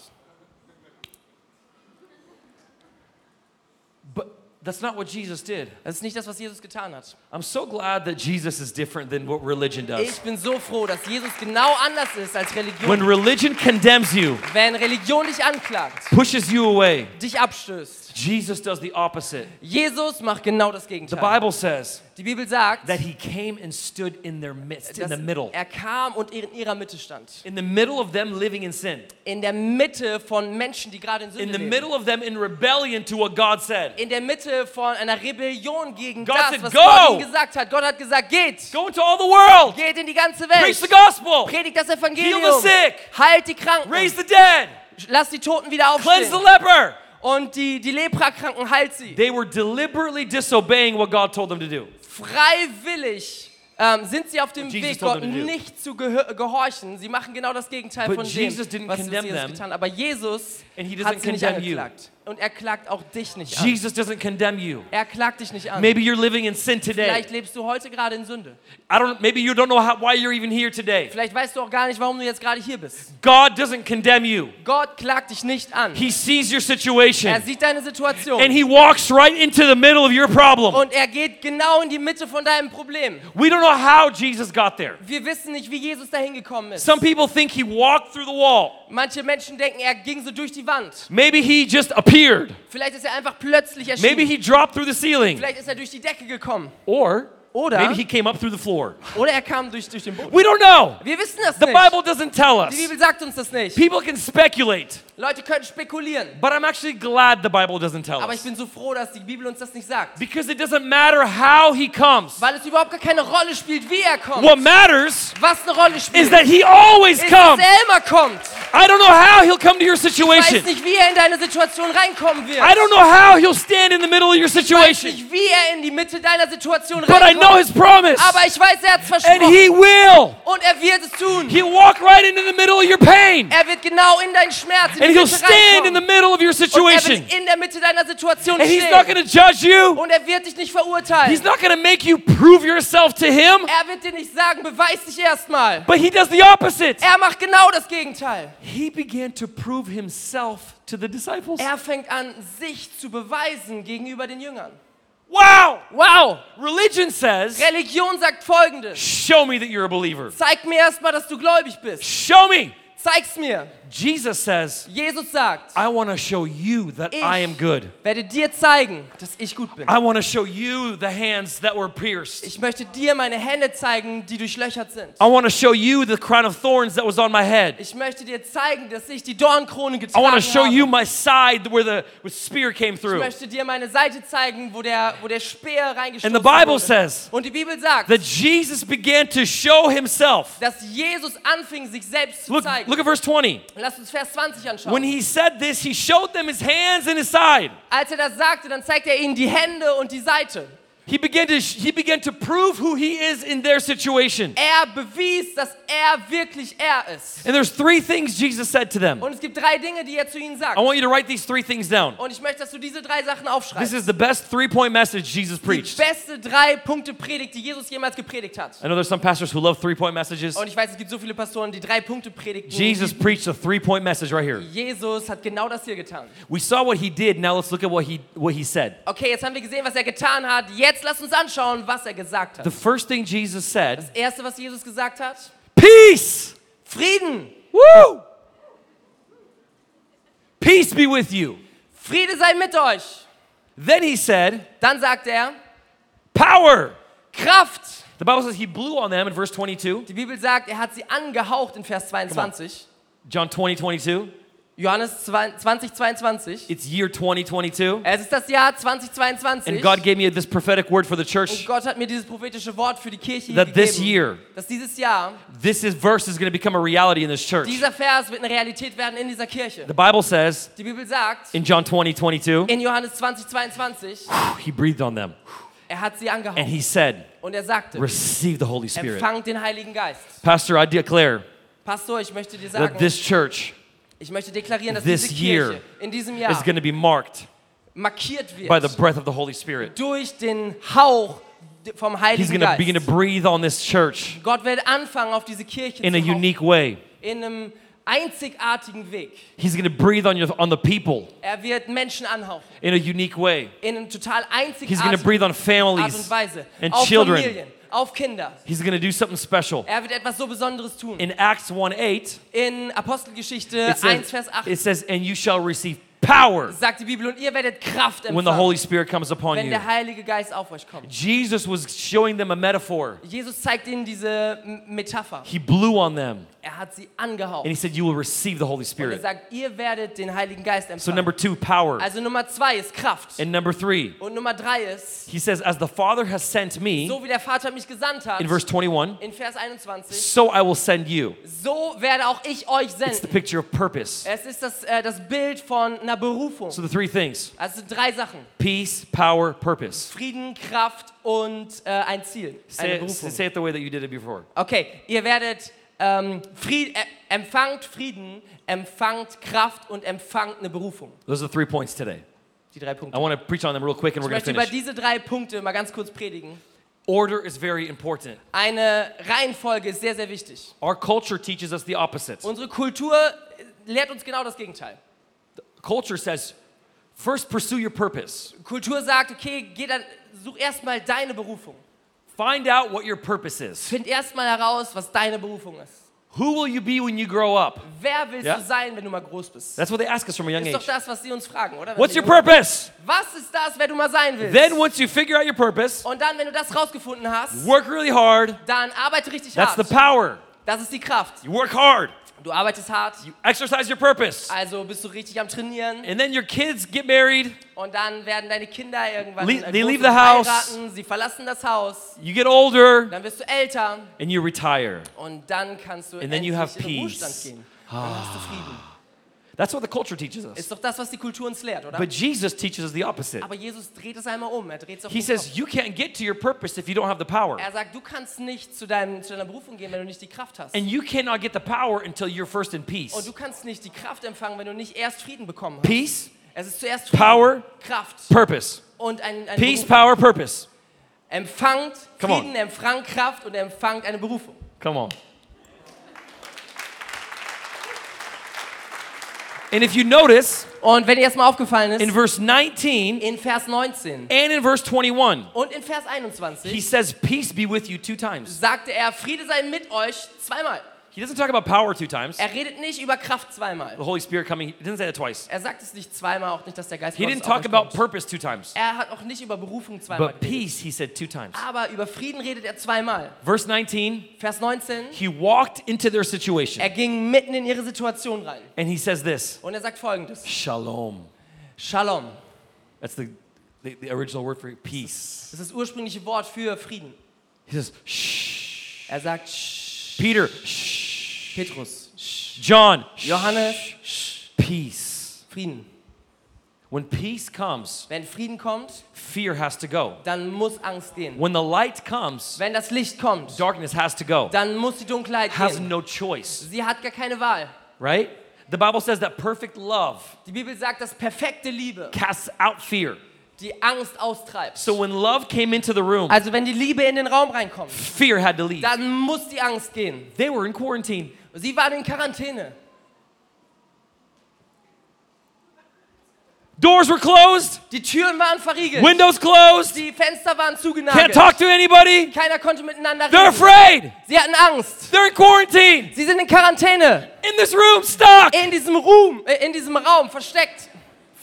But that's not what Jesus did.
Das ist nicht das, was Jesus getan hat.
I'm so glad that Jesus is different than what religion does.
Ich bin so froh, dass Jesus genau anders ist als Religion.
When religion condemns you,
Wenn Religion dich anklagt,
pushes you away,
dich abstößt,
Jesus does the opposite.
Jesus macht genau das
The
Gegenteil.
Bible says
Die Bibel sagt,
that he came and stood in their midst, in
dass
the middle.
er kam und in ihrer Mitte stand.
In the middle of them living in sin.
In der Mitte von Menschen, die gerade in
In
Sünde
the
leben.
middle of them in rebellion to what God said.
In der Mitte von einer Rebellion gegen
God
das,
said,
was
"Go!"
Gott ihnen gesagt hat. Gott hat gesagt, geht,
Go into all the world,
geht in die ganze
preach the
Welt,
gospel,
predigt das Evangelium,
Heal the sick.
heilt die Kranken,
raise the dead,
lass die Toten wieder
cleanse
aufstehen
the leper.
und die, die Leprakranken heilt sie.
They were deliberately disobeying what God told them to do.
freiwillig ähm, sind sie auf dem
What Jesus
Weg,
told
Gott
them to do.
nicht zu gehö- gehorchen. Sie machen genau das Gegenteil
But
von
Jesus
dem,
didn't
was Jesus
condemn them.
getan hat. Aber Jesus
And he doesn't
hat sie nicht
condemn you.
angeklagt. Und er klagt auch dich nicht an.
Jesus doesn't condemn you.
Er klagt dich nicht an.
Maybe you're living in sin today.
Vielleicht lebst du heute gerade in Sünde.
I don't. Maybe you don't know how, why you're even here today.
Vielleicht weißt du auch gar nicht, warum du jetzt gerade hier bist.
God doesn't condemn you.
Gott klagt dich nicht an.
He sees your
Er
situation
sieht deine Situation.
and He walks right into the middle of your problem.
und er geht genau in die Mitte von deinem Problem.
We don't know how Jesus got there.
Wir wissen nicht, wie Jesus dahin gekommen ist.
Some people think He walked through the wall.
Manche Menschen denken, er ging so durch die Wand.
Maybe He just appeared.
Vielleicht ist er einfach plötzlich erschienen.
Maybe He dropped through the ceiling.
Vielleicht ist er durch die Decke gekommen.
Or
Oder,
maybe He came up through the floor.
oder er kam durch, durch den Boden.
We don't know.
Wir wissen das
The
nicht.
Bible doesn't tell us.
Die Bibel sagt uns das nicht.
People can speculate,
Leute können spekulieren.
but I'm actually glad the Bible doesn't tell
Aber ich
us.
bin so froh, dass die Bibel uns das nicht sagt.
Because it doesn't matter how He comes.
Weil es überhaupt gar keine Rolle spielt, wie er kommt.
What matters
Was eine Rolle
is
spielt,
that He always
ist, dass
comes.
er immer kommt.
I don't know how he'll come to your
Ich weiß
situation.
nicht, wie er in deine Situation reinkommen wird.
I don't know how he'll stand in the middle of your
weiß
situation.
nicht, wie er in die Mitte deiner Situation
But I know
reinkommt.
his promise.
Aber ich weiß, er hat es
And
versprochen.
he will.
Und er wird es tun.
He'll walk right into the middle of your pain.
Er wird genau in deinen Schmerz, in
And
die
he'll
Mitte
stand in the
reinkommen.
middle of your
Und er
situation.
wird in der Mitte deiner Situation
And he's not
stehen.
going to judge you.
Und er wird dich nicht verurteilen.
He's not going to make you prove yourself to him.
Er wird dir nicht sagen, beweis dich erstmal.
But he does the opposite.
Er macht genau das Gegenteil.
He began to prove himself to the disciples.
Er fängt an, sich zu beweisen gegenüber den Jüngern.
Wow.
Wow!
Religion says,
Religion sagt folgendes.
show me that you're a believer.
Zeig mir erstmal, dass du gläubig bist.
Show me.
Zeig's mir.
Jesus says,
Jesus sagt,
I want to show you that I am good.
werde dir zeigen, dass ich gut bin.
I want to show you the hands that were pierced.
Ich möchte dir meine Hände zeigen, die durchlöchert sind.
I want to show you the crown of thorns that was on my head.
Ich möchte dir zeigen, dass ich die Dornkrone
I
getragen
want
habe.
to show you
Ich
my side where the where spear came through.
möchte dir meine Seite zeigen, wo der, wo der Speer reingestoßen
And the Bible
wurde.
says
Und die Bibel sagt,
that Jesus began to show himself.
dass Jesus anfing, sich selbst zu
Look,
zeigen.
look at verse 20.
Lass uns Vers 20 anschauen.
When he said this, he showed them his hands and his side.
Als er das sagte, dann zeigte er ihnen die Hände und die Seite.
He began to he began to prove who he is in their situation.
Er bewies, dass er wirklich er ist.
And there's three things Jesus said to them.
Und es gibt drei Dinge, die er zu ihnen sagt.
I want you to write these three things down.
Und ich möchte, dass du diese drei Sachen
This
aufschreibst.
is the best three-point message Jesus
Die
preached.
beste drei Punkte Predigt, die Jesus jemals gepredigt hat.
I know there's some pastors who love three-point messages.
Und ich weiß, es gibt so viele Pastoren, die drei Punkte predigten.
Jesus preached a three-point message right here.
Jesus hat genau das hier getan.
We saw what he did. Now let's look at what he what he said.
Okay, jetzt haben wir gesehen, was er getan hat. Jetzt lass uns anschauen, was er gesagt
The
hat.
first thing Jesus said,
Erste, was Jesus gesagt hat:
peace.
Frieden.
Woo! Peace be with you.
Friede sei mit euch.
Then he said,
Dann sagt er:
power.
Kraft.
The Bible says he blew on them in verse 22,
Die Bibel sagt, er hat sie angehaucht in Vers 22.
John 20, 22.
Johannes 20, 22.
It's year 2022.
Es ist das Jahr 2022.
And God gave me this prophetic word for the
und
church
Gott hat mir dieses prophetische Wort für die Kirche hier
that this
gegeben,
year,
dass dieses Jahr,
this is, verse is going to become a reality in this church.
dieser Vers wird eine Realität werden in dieser Kirche.
The Bible says
Die Bibel sagt
in John 20, 22,
in Johannes 20, 22,
he breathed on them
er hat sie angehaucht
and he said,
und er sagte,
receive the Holy Spirit.
empfangt den Heiligen Geist.
Pastor, I declare
Pastor, ich möchte dir sagen,
that this church
ich möchte deklarieren, dass
this
diese Kirche
year
in diesem
is
Jahr
going to be marked
markiert wird
by the breath of the Holy Spirit.
durch den Hauch vom
He's
Heiligen
going to
Geist.
begin to breathe on this church
Gott wird anfangen, auf diese Kirche
in a
zu hauchen.
unique way.
in einem einzigartigen Weg.
He's going to breathe on, your, on the people
Er wird Menschen anhauchen
in a unique way.
in einem total
He's going to
einzigartigen
breathe on
Art und
families.
Weise
and
auf
children.
Familien, auf Kinder.
He's going to do something special.
Er wird etwas so Besonderes tun.
In Acts 1 8,
In Apostelgeschichte
it
1
says,
Vers
it
8
says, And you shall receive power
sagt die Bibel und ihr werdet Kraft
when the Holy
empfangen,
Spirit comes upon
wenn
you.
der Heilige Geist auf euch kommt.
Jesus was showing them a metaphor.
Jesus zeigt ihnen diese M- Metapher.
He blew on them
Er hat sie
and he
angehaucht.
said, You will receive the Holy
Und er
Spirit.
sagt, ihr werdet den Heiligen Geist
So,
empfangen.
number two, power.
Also Nummer zwei ist Kraft.
And number three,
Und Nummer drei ist,
he says, As the Father has sent me,
so wie der Vater mich gesandt hat,
in verse 21,
in Vers 21,
so I will send you.
So werde auch ich euch
It's the
senden.
picture of purpose.
Es ist das, äh, das Bild von einer Berufung.
So, the three things
Also drei Sachen.
peace, power, purpose.
Frieden, Kraft und äh, ein Ziel. Eine
Say,
Berufung.
say it the way that you did it before.
Okay, ihr werdet ähm, Fried, äh, empfangt Frieden, empfangt Kraft und empfangt eine Berufung.
Those are the three points today.
Die drei
I
Punkte.
want to preach on them real quick and
Ich
we're going to
möchte über
finish.
diese drei Punkte mal ganz kurz predigen.
Order is very important.
Eine Reihenfolge ist sehr, sehr wichtig.
Our culture teaches us the opposite.
Unsere Kultur äh, lehrt uns genau das Gegenteil.
Culture says, first pursue your purpose.
Kultur sagt, okay, geh dann, such erstmal deine Berufung.
Find out what your purpose is.
Find erstmal heraus, was deine Berufung ist.
Who will you be when you grow up?
Wer willst
Ja?
du sein, wenn du mal groß bist?
That's what they ask us from a young
ist doch
age.
das, was sie uns fragen, oder? Wenn
What's
sie
your
jung-
purpose?
Was ist das, wer du mal sein willst?
Then once you figure out your purpose,
Und dann, wenn du das rausgefunden hast,
work really hard.
dann arbeite richtig
That's the
hart.
power.
Das ist die Kraft.
You work hard.
Du arbeitest hart,
Exercise your purpose.
also bist du richtig am Trainieren.
And then your kids get married,
Und dann werden deine Kinder irgendwann
Le-
äh,
they
groß
leave
und
the house.
heiraten, sie verlassen das Haus,
you get older,
dann wirst du älter
and you retire.
und dann kannst du
And then
endlich
you
in
have
den Ruhestand
peace. Ah.
gehen. Dann hast du Frieden.
That's what the culture teaches
Ist
us.
doch das, was die Kultur uns lehrt, oder?
But Jesus teaches us the opposite.
Aber Jesus dreht es einmal um, er dreht es auf
He
den Kopf.
says, You can't get to your purpose if you don't have the power.
Er sagt, du kannst nicht zu, deinem, zu deiner Berufung gehen, wenn du nicht die Kraft hast.
And you cannot get the power until you're first in
Und
peace.
du kannst nicht die Kraft empfangen, wenn du nicht erst Frieden bekommen hast.
Peace,
Es ist zuerst Frieden,
Power.
Kraft
purpose.
und ein, ein
Peace,
Berufung.
power, purpose.
Empfangt
Come on.
Frieden, empfangt Kraft und empfangt eine Berufung.
Come on. And if you notice,
Und wenn dir das mal aufgefallen
in
ist,
verse 19
in Vers 19
and in verse 21,
und in Vers
he
21
says, Peace be with you two times.
sagte er, Friede sei mit euch zweimal.
He doesn't talk about power two times.
Er redet nicht über Kraft zweimal.
The Holy Spirit coming, he didn't say that twice.
Er sagt es nicht zweimal, auch nicht, dass der Geist
He didn't
Gottes auf
talk
euch
about
kommt.
purpose two times.
Er hat auch nicht über Berufung zweimal
But
geredet.
peace, he said two times.
Aber über Frieden redet er zweimal.
Verse 19,
Vers 19.
he walked into their
Er
situation
ging mitten in ihre Situation rein.
and he says this
Und er sagt folgendes:
Shalom.
Shalom.
That's the, the, the original word for peace.
Das ist das ursprüngliche Wort für Frieden.
He says, shh.
Er sagt Sch
Peter, shh.
Petrus, Sch
John, shh.
Johannes, Sch
Peace.
Frieden.
When peace comes,
Wenn Frieden kommt,
fear has to go.
dann muss Angst gehen.
When the light comes,
Wenn das Licht kommt,
darkness has to go.
dann muss die Dunkelheit
Has
gehen.
no choice,
Sie hat gar keine Wahl.
right? The Bible says that perfect love
Die Bibel sagt, dass perfekte Liebe
casts out fear.
die Angst austreibt.
So when love came into the room,
Also wenn die Liebe in den Raum reinkommt,
fear had to leave.
dann muss die Angst gehen.
They were in quarantine.
Sie waren in Quarantäne.
Doors were closed,
Die Türen waren verriegelt.
windows closed,
Die Fenster waren
can't
zugenagelt.
talk to anybody.
Keiner konnte miteinander
They're
reden.
afraid.
Sie hatten Angst.
They're in quarantine.
Sie sind in Quarantäne.
In this room, stuck.
In diesem Raum, äh, in diesem Raum versteckt.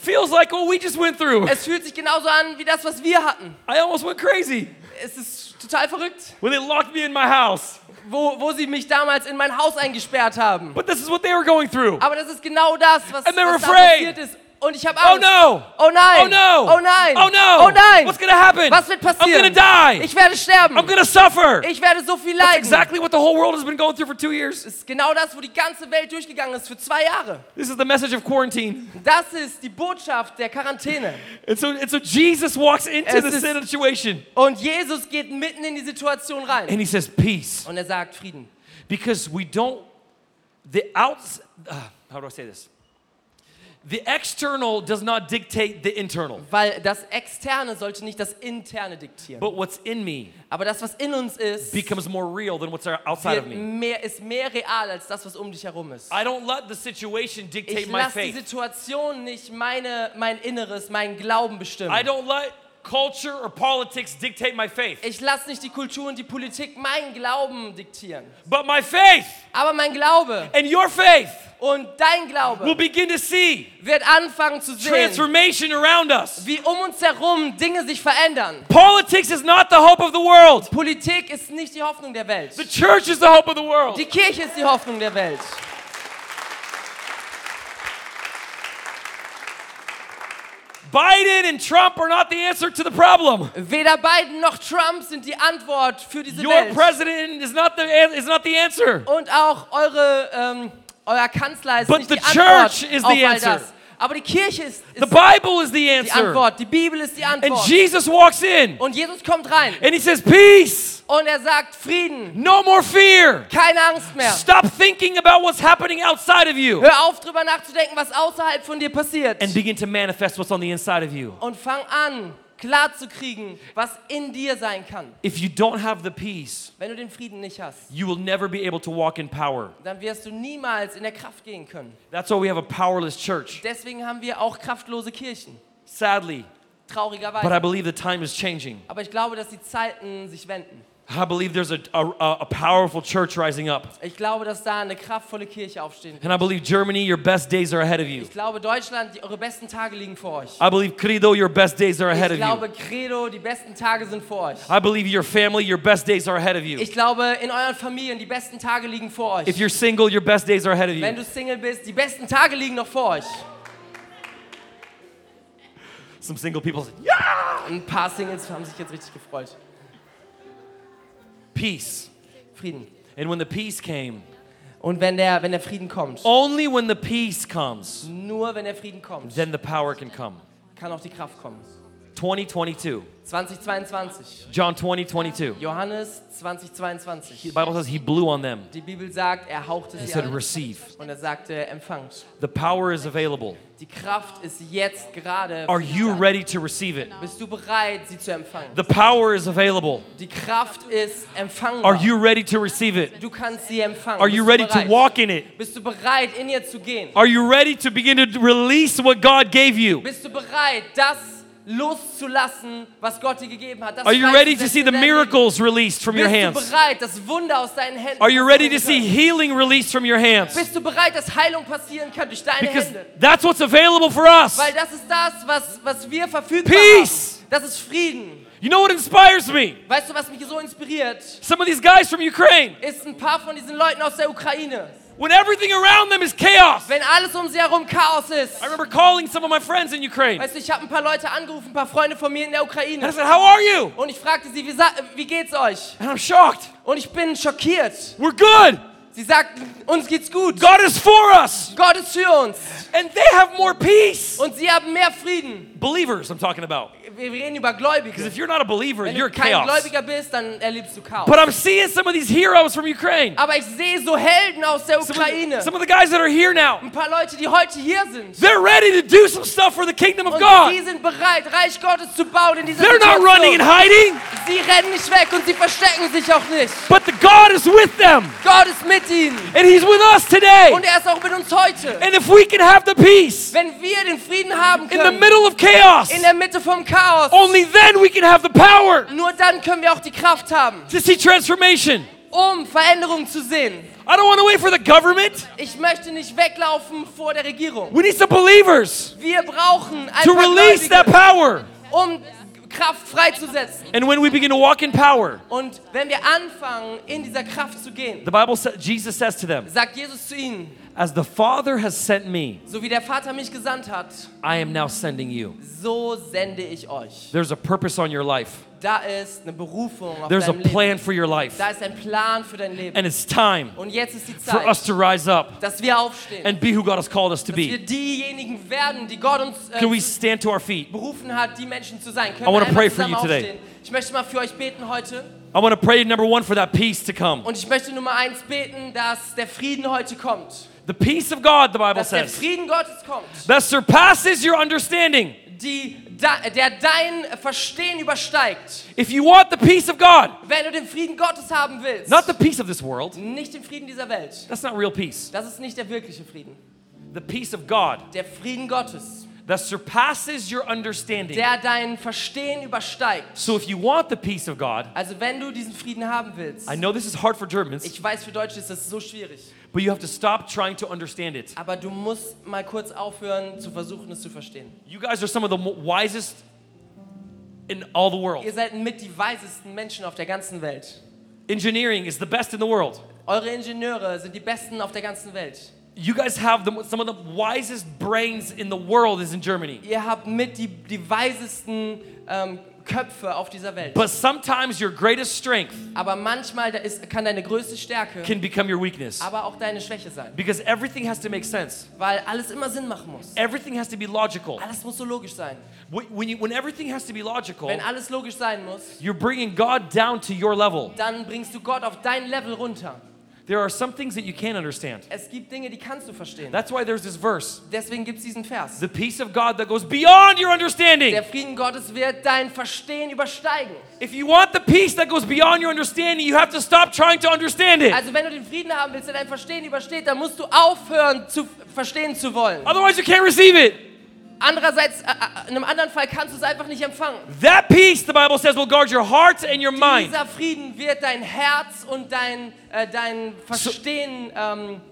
Feels like what we just went through.
Es fühlt sich genauso an wie das, was wir hatten.
I almost went crazy
Es ist total verrückt,
when they locked me in my house.
wo, wo sie mich damals in mein Haus eingesperrt haben.
But this is what they were going through.
Aber das ist genau das, was,
And they're
was da
afraid.
passiert ist. Und ich habe
Oh
Angst.
no!
Oh nein!
Oh no!
Oh nein!
Oh no!
Oh nein!
What's gonna happen?
Was wird
I'm
passieren?
gonna die!
Ich werde sterben.
I'm gonna suffer!
ich werde so viel
That's
leiden.
exactly what the whole world has been going through for two years.
Das ist genau das, wo die ganze Welt durchgegangen ist für zwei Jahre.
This is the message of quarantine.
Das ist die Botschaft der Quarantäne.
And so, and so Jesus walks into
Es
the
ist-
situation
Und Jesus geht mitten in die Situation rein.
and he says, Peace.
Und er sagt Frieden.
Because we don't, the outs, uh, how do I say this? The external does not dictate the internal,
Weil das Externe sollte nicht das Interne diktieren.
but what's in me
Aber das, was in uns ist,
becomes more real than what's outside
wird
of me.
mehr, ist mehr real als das, was um dich herum ist.
I don't let the situation dictate
Ich
my
lasse die
faith.
Situation nicht meine, mein Inneres, meinen Glauben
I
bestimmen.
don't let culture or politics dictate my faith,
Ich lasse nicht die Kultur und die Politik meinen Glauben diktieren.
but my faith
Aber mein Glaube
and your faith
und dein
will
Glaube
begin to see
wird anfangen zu sehen,
transformation around us.
wie um uns herum Dinge sich verändern.
Politics is not the hope of the world.
Politik ist nicht die Hoffnung der Welt.
The church is the hope of the world.
Die Kirche ist die Hoffnung der Welt.
Biden and Trump are not the answer to the problem.
Weder Biden noch Trump sind die Antwort für diese
Your
Welt.
president is not the an- is not the answer.
Und auch eure, ähm, euer Kanzler ist
But
nicht
the
die Antwort
church is
auf
the
all
answer.
das. Aber die Kirche ist, ist
The Bible is the
die
answer.
Antwort. Die Bibel ist die
And
Antwort.
Jesus walks in
Und Jesus kommt rein
and he says, "Peace,
und er sagt Frieden,
no more fear.
keine Angst mehr.
Stop thinking about what's happening outside of you
Hör auf drüber nachzudenken, was außerhalb von dir passiert
and begin to manifest what's on the inside of you."
und fang an, klar zu kriegen, was in dir sein kann.
If you don't have the peace,
Wenn du den Frieden nicht hast,
you will never be able to walk in power.
dann wirst du niemals in der Kraft gehen können.
That's why we have a powerless church.
Deswegen haben wir auch kraftlose Kirchen,
Sadly, but I
traurigerweise.
believe the time is changing.
Aber ich glaube, dass die Zeiten sich wenden.
I believe there's a, a, a powerful church rising up.
Ich glaube, dass da eine kraftvolle Kirche aufstehen wird.
And I believe Germany, your best days are ahead of you.
Ich glaube, Deutschland, die, eure besten Tage liegen vor euch.
I believe Credo, your best days are ahead
Ich
of you.
glaube, Credo, die besten Tage sind vor euch.
I believe your family, your best days are ahead of you.
Ich glaube, in euren Familien, die besten Tage liegen vor
If
euch.
you're single, your best days are ahead of
Wenn
you.
du Single bist, die besten Tage liegen noch vor euch.
Some single people say, yeah!
Ein paar Singles haben sich jetzt richtig gefreut.
Peace.
Frieden.
And when the peace came,
Und wenn der, wenn der Frieden kommt,
only when the peace comes,
nur wenn der Frieden kommt,
then the power can come.
kann auch die Kraft kommen.
2022.
2022.
John 20, 22.
Johannes 2022.
The Bible says he blew on them.
Die Bibel sagt, er hauchte
He
sie
said,
an
receive.
und er sagte, empfangt.
The power is available.
Die Kraft ist jetzt gerade.
Are you ready to receive it?
Bist du bereit, sie zu empfangen?
The power is available.
Die Kraft ist empfangbar.
Are you ready to receive it?
du kannst sie empfangen.
Are you
Bist du
ready to
bereit?
walk in it?
Bist du bereit, in ihr zu gehen?
Are you ready to begin to release what God gave you?
Bist du bereit, das loszulassen, was Gott dir gegeben hat? Das
Are you ready to see the
freizusetzen in deinem Leben?
miracles released from your
Bist
hands?
du bereit, das Wunder aus deinen Händen?
Are you ready to
passieren
see
kann?
healing released from your hands?
Bist du bereit, dass Heilung passieren kann durch deine
Because
Hände?
that's what's available for us.
Weil das ist das, was, was wir verfügbar
Peace.
haben. Das ist Frieden.
You know what inspires me?
Weißt du, was mich so inspiriert?
Some of these guys from Ukraine,
Ist ein paar von diesen Leuten aus der Ukraine.
when everything around them is chaos.
Wenn alles um sie herum Chaos ist.
I remember calling some of my friends in Ukraine and
Weißt du, ich habe ein paar Leute angerufen, ein paar Freunde von mir in der
I
Ukraine.
said, How are you?
Und ich fragte sie, wie, sa- wie geht's euch?
And I'm shocked.
Und ich bin schockiert.
We're good.
Sie sagten, uns geht's gut.
God is for us.
Gott ist für uns.
And they have more peace.
Und sie haben mehr Frieden.
Believers, I'm talking about.
Wir reden über Gläubige.
Because if you're not a believer,
Wenn
you're
du kein
chaos.
Gläubiger bist, dann erlebst du Chaos.
But I'm seeing some of these heroes from Ukraine.
Aber ich sehe so Helden aus der
Some of,
Ukraine.
some of the guys that are here now.
Ein paar Leute, die heute hier sind.
They're ready to do some stuff for the kingdom of
Und
God.
sie sind bereit, Reich Gottes zu bauen in dieser
They're not running and
Situation.
hiding,
Sie rennen nicht weg und sie verstecken sich auch nicht.
but the God is with them.
Gott ist mit ihnen.
And He's with us today.
Und er ist auch mit uns heute.
And if we can have the peace
Wenn wir den Frieden haben
in the Oh.
können,
middle of chaos,
in der Mitte vom Chaos,
only then we can have the power
nur dann können wir auch die Kraft haben,
to see transformation.
um Veränderungen zu sehen.
I don't want to wait for the government.
Ich möchte nicht weglaufen vor der Regierung.
We need some believers
Wir brauchen
to
einfach
release that
Gläubige,
power.
um Kraft freizusetzen.
And when we begin to walk in power,
Und wenn wir anfangen, in dieser Kraft zu gehen,
the Bible says, Jesus says to them,
sagt Jesus zu ihnen,
As the Father has sent me,
so wie der Vater mich gesandt hat,
I am now sending you.
so sende ich euch.
There's a purpose on your life,
Da ist eine Berufung auf
there's a
deinem Leben.
plan for your life.
Da ist ein Plan für dein Leben.
And it's time
Und jetzt ist die
for us
Zeit,
to rise up
dass wir aufstehen.
and be who God has called us to
dass wir
be.
diejenigen werden, die Gott uns äh,
Can we stand to our feet?
berufen hat, die Menschen zu sein. Können
I wanna
wir
pray
einmal
for you
zusammen
today.
aufstehen? Ich möchte mal für euch beten heute.
I want to pray, number one, for that peace to come.
Und ich möchte Nummer eins beten, dass der Frieden heute kommt.
The peace of God, the Bible
Dass der
says,
Frieden Gottes kommt,
that surpasses your understanding.
die, da, der dein Verstehen übersteigt.
If you want the peace of God,
Wenn du den Frieden Gottes haben willst,
not the peace of this world,
nicht den Frieden dieser Welt.
that's not real peace.
Das ist nicht der wirkliche Frieden.
The peace of God
Der Frieden Gottes,
that surpasses your understanding.
der dein Verstehen übersteigt.
So if you want the peace of God,
Also wenn du diesen Frieden haben willst,
I know this is hard for Germans,
ich weiß, für Deutsche ist das so schwierig.
but you have to stop trying to understand it.
Aber du musst mal kurz aufhören zu versuchen, es zu verstehen.
You guys are some of the mo- wisest in all the world.
Ihr seid mit die weisesten Menschen auf der ganzen Welt.
Engineering is the best in the world.
Eure Ingenieure sind die besten auf der ganzen Welt.
You guys have the, some of the wisest brains in the world is in Germany.
Ihr habt mit die, die weisesten ähm, Köpfe auf dieser Welt.
But sometimes your greatest strength
Aber manchmal da ist, kann deine größte Stärke
can become your weakness
aber auch deine Schwäche sein.
because everything has to make sense.
Weil alles immer Sinn machen muss.
Everything has to be logical.
Alles muss so logisch sein.
When, when you, when everything has to be logical,
Wenn alles logisch sein muss,
you're bringing God down to your level.
dann bringst du Gott auf dein Level runter.
There are some things that you can't understand.
Es gibt Dinge, die kannst du verstehen.
That's why there's this verse
Deswegen gibt es diesen Vers.
the peace of God that goes beyond your understanding.
Der Frieden Gottes wird dein Verstehen übersteigen.
If you want the peace that goes beyond your understanding, you have to stop trying to understand it.
Also wenn du den Frieden haben willst, der dein Verstehen übersteht, dann musst du aufhören zu verstehen zu wollen.
Otherwise, you can't receive it.
Andererseits, äh, äh, in einem anderen Fall kannst du es einfach nicht empfangen.
That peace, the Bible says, will guard your heart and your mind.
Dieser Frieden wird dein Herz und dein, äh, dein Verstehen ähm,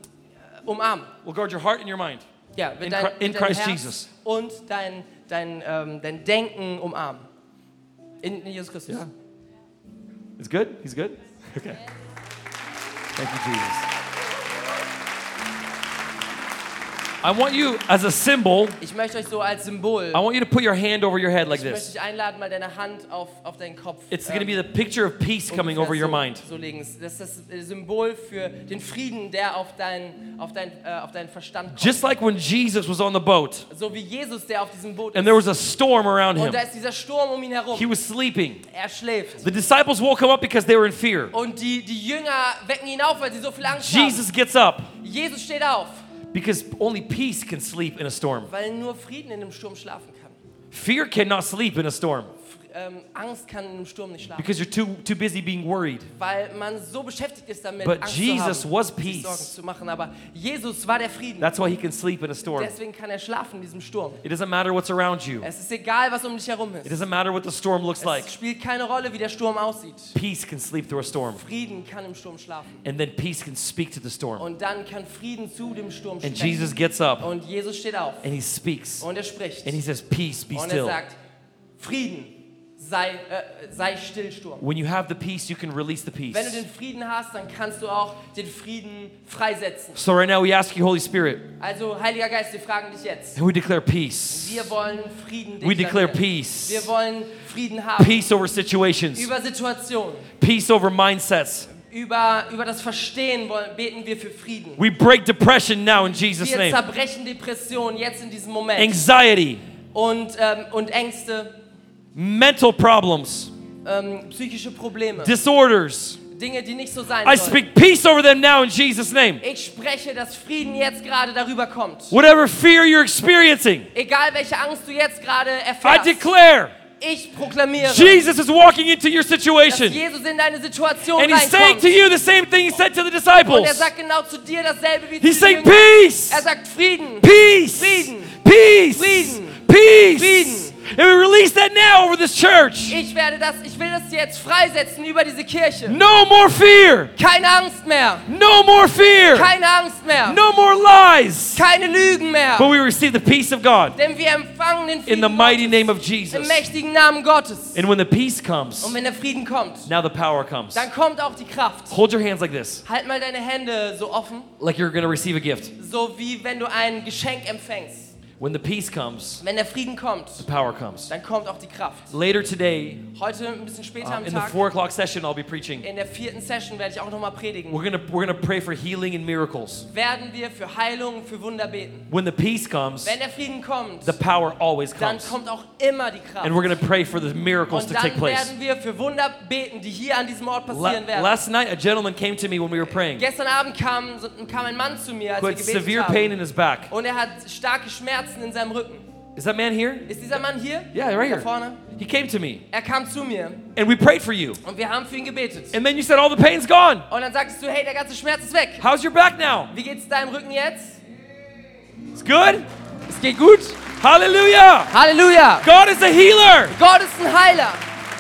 umarmen.
Will guard your heart and your mind.
Ja, wird
In
dein,
Chri- in
wird dein
Christ
Herz
Jesus.
und dein, dein, ähm, dein Denken umarmen. In, in Jesus Christus.
It's good? He's good? Okay. Thank you, Jesus. I want you, as a symbol,
Ich möchte euch so als Symbol,
I want you to put your hand over your head like
ich möchte
this.
dich einladen, mal deine Hand auf, auf deinen Kopf.
It's
ähm,
going to be the picture of peace coming
ungefähr
over your
so,
mind.
So legen. Das ist das äh, Symbol für den Frieden, der auf dein, auf dein, äh, auf deinen Verstand kommt.
Just like when Jesus was on the boat
So wie Jesus, der auf diesem Boot
and
ist.
there was a storm around
Und
him,
da ist dieser Sturm um ihn herum.
he was sleeping.
Er schläft.
The disciples woke him up because they were in fear.
Und die, die Jünger wecken ihn auf, weil sie so viel Angst
Jesus gets up
haben. Jesus steht auf,
because only peace can sleep in a storm.
weil nur Frieden in einem Sturm schlafen kann.
Fear cannot sleep in a storm
Fr- Ähm, Angst kann in einem Sturm nicht schlafen,
because you're too too busy being worried.
weil man so beschäftigt ist damit,
But
Angst
Jesus
zu haben,
was
sich
peace.
Sorgen zu machen. Aber Jesus war der Frieden.
That's why he can sleep in a storm.
Deswegen kann er schlafen in diesem Sturm.
It doesn't matter what's around you.
Es ist egal, was um dich herum ist.
It doesn't matter what the storm looks like.
Es spielt keine Rolle, wie der Sturm aussieht.
Peace can sleep through a storm,
Frieden kann im Sturm schlafen.
and then peace can speak to the storm.
Und dann kann Frieden zu dem Sturm
And
sprechen.
Jesus gets up
und Jesus steht auf
and he speaks
und er spricht.
and he says, "Peace, be
und er
still."
sagt, Frieden, sei, äh, sei still, Sturm.
When you have the peace, you can release the
Wenn du
peace.
den Frieden hast, dann kannst du auch den Frieden freisetzen.
So right now we ask you, Holy Spirit,
Also, Heiliger Geist, wir fragen dich jetzt.
and we declare peace.
Wir wollen Frieden
We declare
deklarieren. Wir
peace.
wollen Frieden haben
Peace over situations.
über Situationen,
peace over mindsets,
Über, über das Verstehen wollen, beten wir für Frieden.
We break depression now in Jesus'
Wir
name.
zerbrechen Depressionen jetzt in diesem Moment.
Anxiety,
Und, ähm, und Ängste,
mental problems,
ähm, psychische Probleme.
disorders.
Dinge, die nicht so sein
I
sollen.
speak peace over them now in Jesus' name.
Ich spreche, dass Frieden jetzt gerade darüber kommt.
Whatever fear you're experiencing,
Egal welche Angst du jetzt gerade
I
erfährst,
declare
ich proklamiere,
Jesus is walking into your
dass
situation.
Jesus in deine Situation
And he's saying
reinkommt.
to you the same thing he said to the
Und
disciples.
er sagt genau zu dir dasselbe wie
He's
zu den
saying
Jüngern.
peace.
Er sagt Frieden.
Peace.
Frieden.
Peace.
Frieden.
Peace.
Frieden.
And we release that now over this church.
Ich werde das, ich will das jetzt freisetzen über diese Kirche.
No more fear.
Keine Angst mehr.
No more fear.
Keine Angst mehr.
No more lies.
Keine Lügen mehr.
But we receive the peace of God
Denn wir empfangen den
in
Frieden
the mighty
Gottes,
name of
im
Jesus.
mächtigen Namen Gottes.
And when the peace
Und
comes,
wenn der Frieden kommt,
now the power comes.
dann kommt auch die Kraft.
Hold your hands like this,
Halt mal deine Hände so offen,
like you're going to receive a gift.
so wie wenn du ein Geschenk empfängst.
When the peace comes,
Wenn der Frieden kommt,
power comes.
dann kommt auch die Kraft.
Later today,
Heute ein bisschen später
um,
am
in the
Tag,
four o'clock session, I'll be preaching.
in der vierten Session werde ich auch nochmal predigen.
We're gonna we're gonna pray for healing and miracles.
Werden wir für Heilung, für Wunder beten.
When the peace comes,
Wenn der Frieden kommt,
the power always
dann
comes.
kommt auch immer die Kraft.
And we're gonna pray for the miracles
Und
to take
dann
place.
werden wir für Wunder beten, die hier an diesem Ort
La-
passieren werden.
last night, a gentleman came to me when we were praying.
Gestern Abend kam, so- kam ein Mann zu mir, als
Who had
wir
severe
gebetet
pain
haben.
in his back.
Und er hat starke Schmerzen in seinem Rücken.
Is that man here?
Ist dieser Mann hier?
Yeah, right
Da
here.
vorne?
He came to me,
Er kam zu mir.
and we prayed for you.
Und wir haben für ihn gebetet.
And then you said, "All the pain's gone.
Und dann sagtest du, hey, der ganze Schmerz ist weg.
How's your back now?
Wie geht's deinem Rücken jetzt?
It's good.
Es geht gut.
Hallelujah!
Halleluja.
God is a healer.
Gott ist ein Heiler.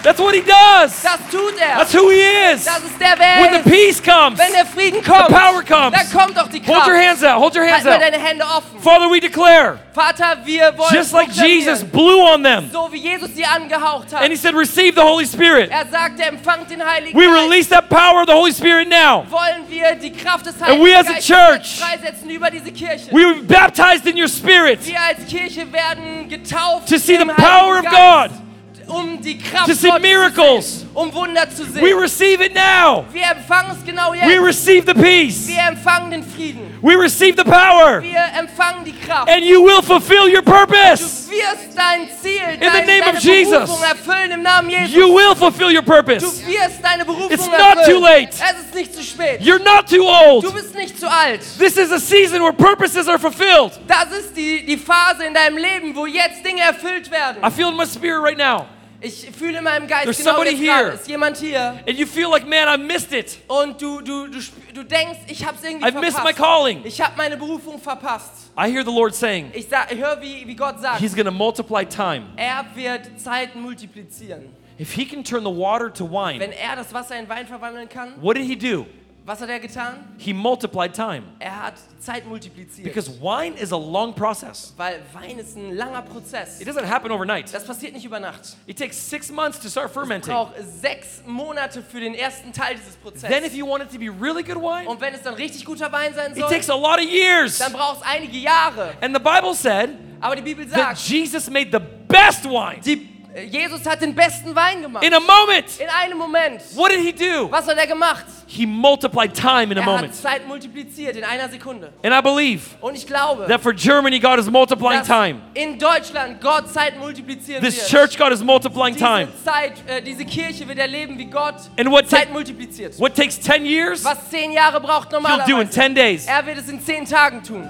That's what He does.
Das tut er.
That's who He is.
Das ist der
When the
Welt.
peace comes,
Wenn der Frieden kommt,
power comes.
dann kommt auch die Kraft.
hold your hands out. Hold your
halt
hands
mal
out.
deine Hände offen.
Father, we declare,
Vater, wir wollen
just like
proklamieren,
Jesus blew on them,
so wie Jesus sie angehaucht hat.
and He said, "Receive the Holy Spirit."
er sagte, empfangt den Heiligen
We
Geist.
release that power of the Holy Spirit now.
Wollen wir die Kraft des
we
Heiligen
as a
Geistes
church-
freisetzen über diese Kirche.
We were baptized in your spirit
wir als Kirche werden getauft
to see the
im
power of
Heiligen
God,
Geist, um die Kraft
to see
Gottes
miracles.
um Wunder zu sehen.
We receive it now.
wir empfangen es genau jetzt.
We receive the peace.
wir empfangen den Frieden.
We receive the power.
Wir empfangen die Kraft.
And you will fulfill your purpose.
du wirst dein Ziel,
the
deine,
name
deine
of Jesus.
Berufung erfüllen im Namen Jesus.
You will fulfill your purpose.
du wirst deine Berufung
It's not
erfüllen.
too late.
Es ist nicht zu spät.
You're not too
du
old.
bist nicht zu alt.
This is a season where purposes are fulfilled.
Das ist die, die Phase in deinem Leben, wo jetzt Dinge erfüllt werden.
I feel in my spirit right now.
Ich fühle in meinem Geist
There's
genau
somebody
jetzt gerade,
here.
ist jemand hier
And you feel like, man, I missed it.
und du, du, du, spü- du denkst, ich hab's irgendwie
I've missed my
verpasst.
calling.
Ich habe meine Berufung verpasst.
I hear the Lord saying,
Ich, sag- ich höre, wie, wie Gott sagt.
He's going to multiply time.
Er wird Zeiten multiplizieren.
If He can turn the water to
Wenn
wine,
er das Wasser in Wein verwandeln kann,
what did He do?
was hat er getan?
He multiplied time.
Er hat die Zeit multipliziert.
Because wine is a long process.
weil Wein ist ein langer Prozess.
It doesn't happen overnight.
Das passiert nicht über Nacht.
It takes six months to start
Es
fermenting.
braucht sechs Monate für den ersten Teil dieses
Then, if
Prozesses.
you want it to be really good wine,
Und wenn es dann richtig guter Wein sein
it
soll,
takes a lot of years.
dann braucht es einige Jahre.
And the Bible said
Aber die Bibel
that
sagt,
Jesus made the best wine
die, äh, Jesus hat den besten Wein gemacht.
in a moment.
In einem Moment.
What did he do?
Was hat er gemacht?
He multiplied time in a
Er hat
moment.
Zeit multipliziert in einer Sekunde.
And I believe
Und ich glaube,
that for Germany, God is multiplying
dass
time.
in Deutschland Gott Zeit multiplizieren
This
wird.
church, God is multiplying
diese
time.
Zeit, äh, diese Kirche wird erleben, wie Gott
And what ta-
Zeit multipliziert.
What takes 10 years,
Was zehn Jahre braucht
he'll do in
normalerweise,
10 days.
er wird es in zehn Tagen tun.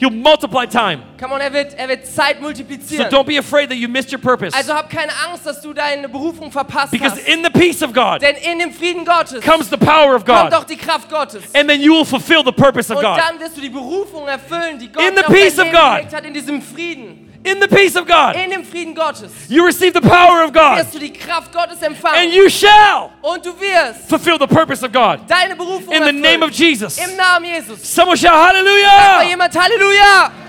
He'll multiply time.
Come on, er wird, er wird Zeit
So
multiplizieren.
don't be afraid that you missed your purpose.
also hab keine Angst, dass du deine Berufung verpasst
Because
hast.
in the peace of God
Denn in dem Frieden Gottes
comes the power of
kommt
God.
auch die Kraft Gottes.
And then you will fulfill the purpose of
Und
God.
dann wirst du die Berufung erfüllen, die Gott
In the
auf dein
peace of
Leben
God.
gelegt hat, in diesem Frieden.
In the peace of God,
In dem Frieden Gottes
you receive the power of God.
wirst du die Kraft Gottes
And
empfangen.
you shall
Und du wirst
fulfill the purpose of God.
deine Berufung
In the name of
erfüllen.
Jesus.
Im Namen Jesus.
Someone shout
Sagt mal
hallelujah!
jemand Halleluja!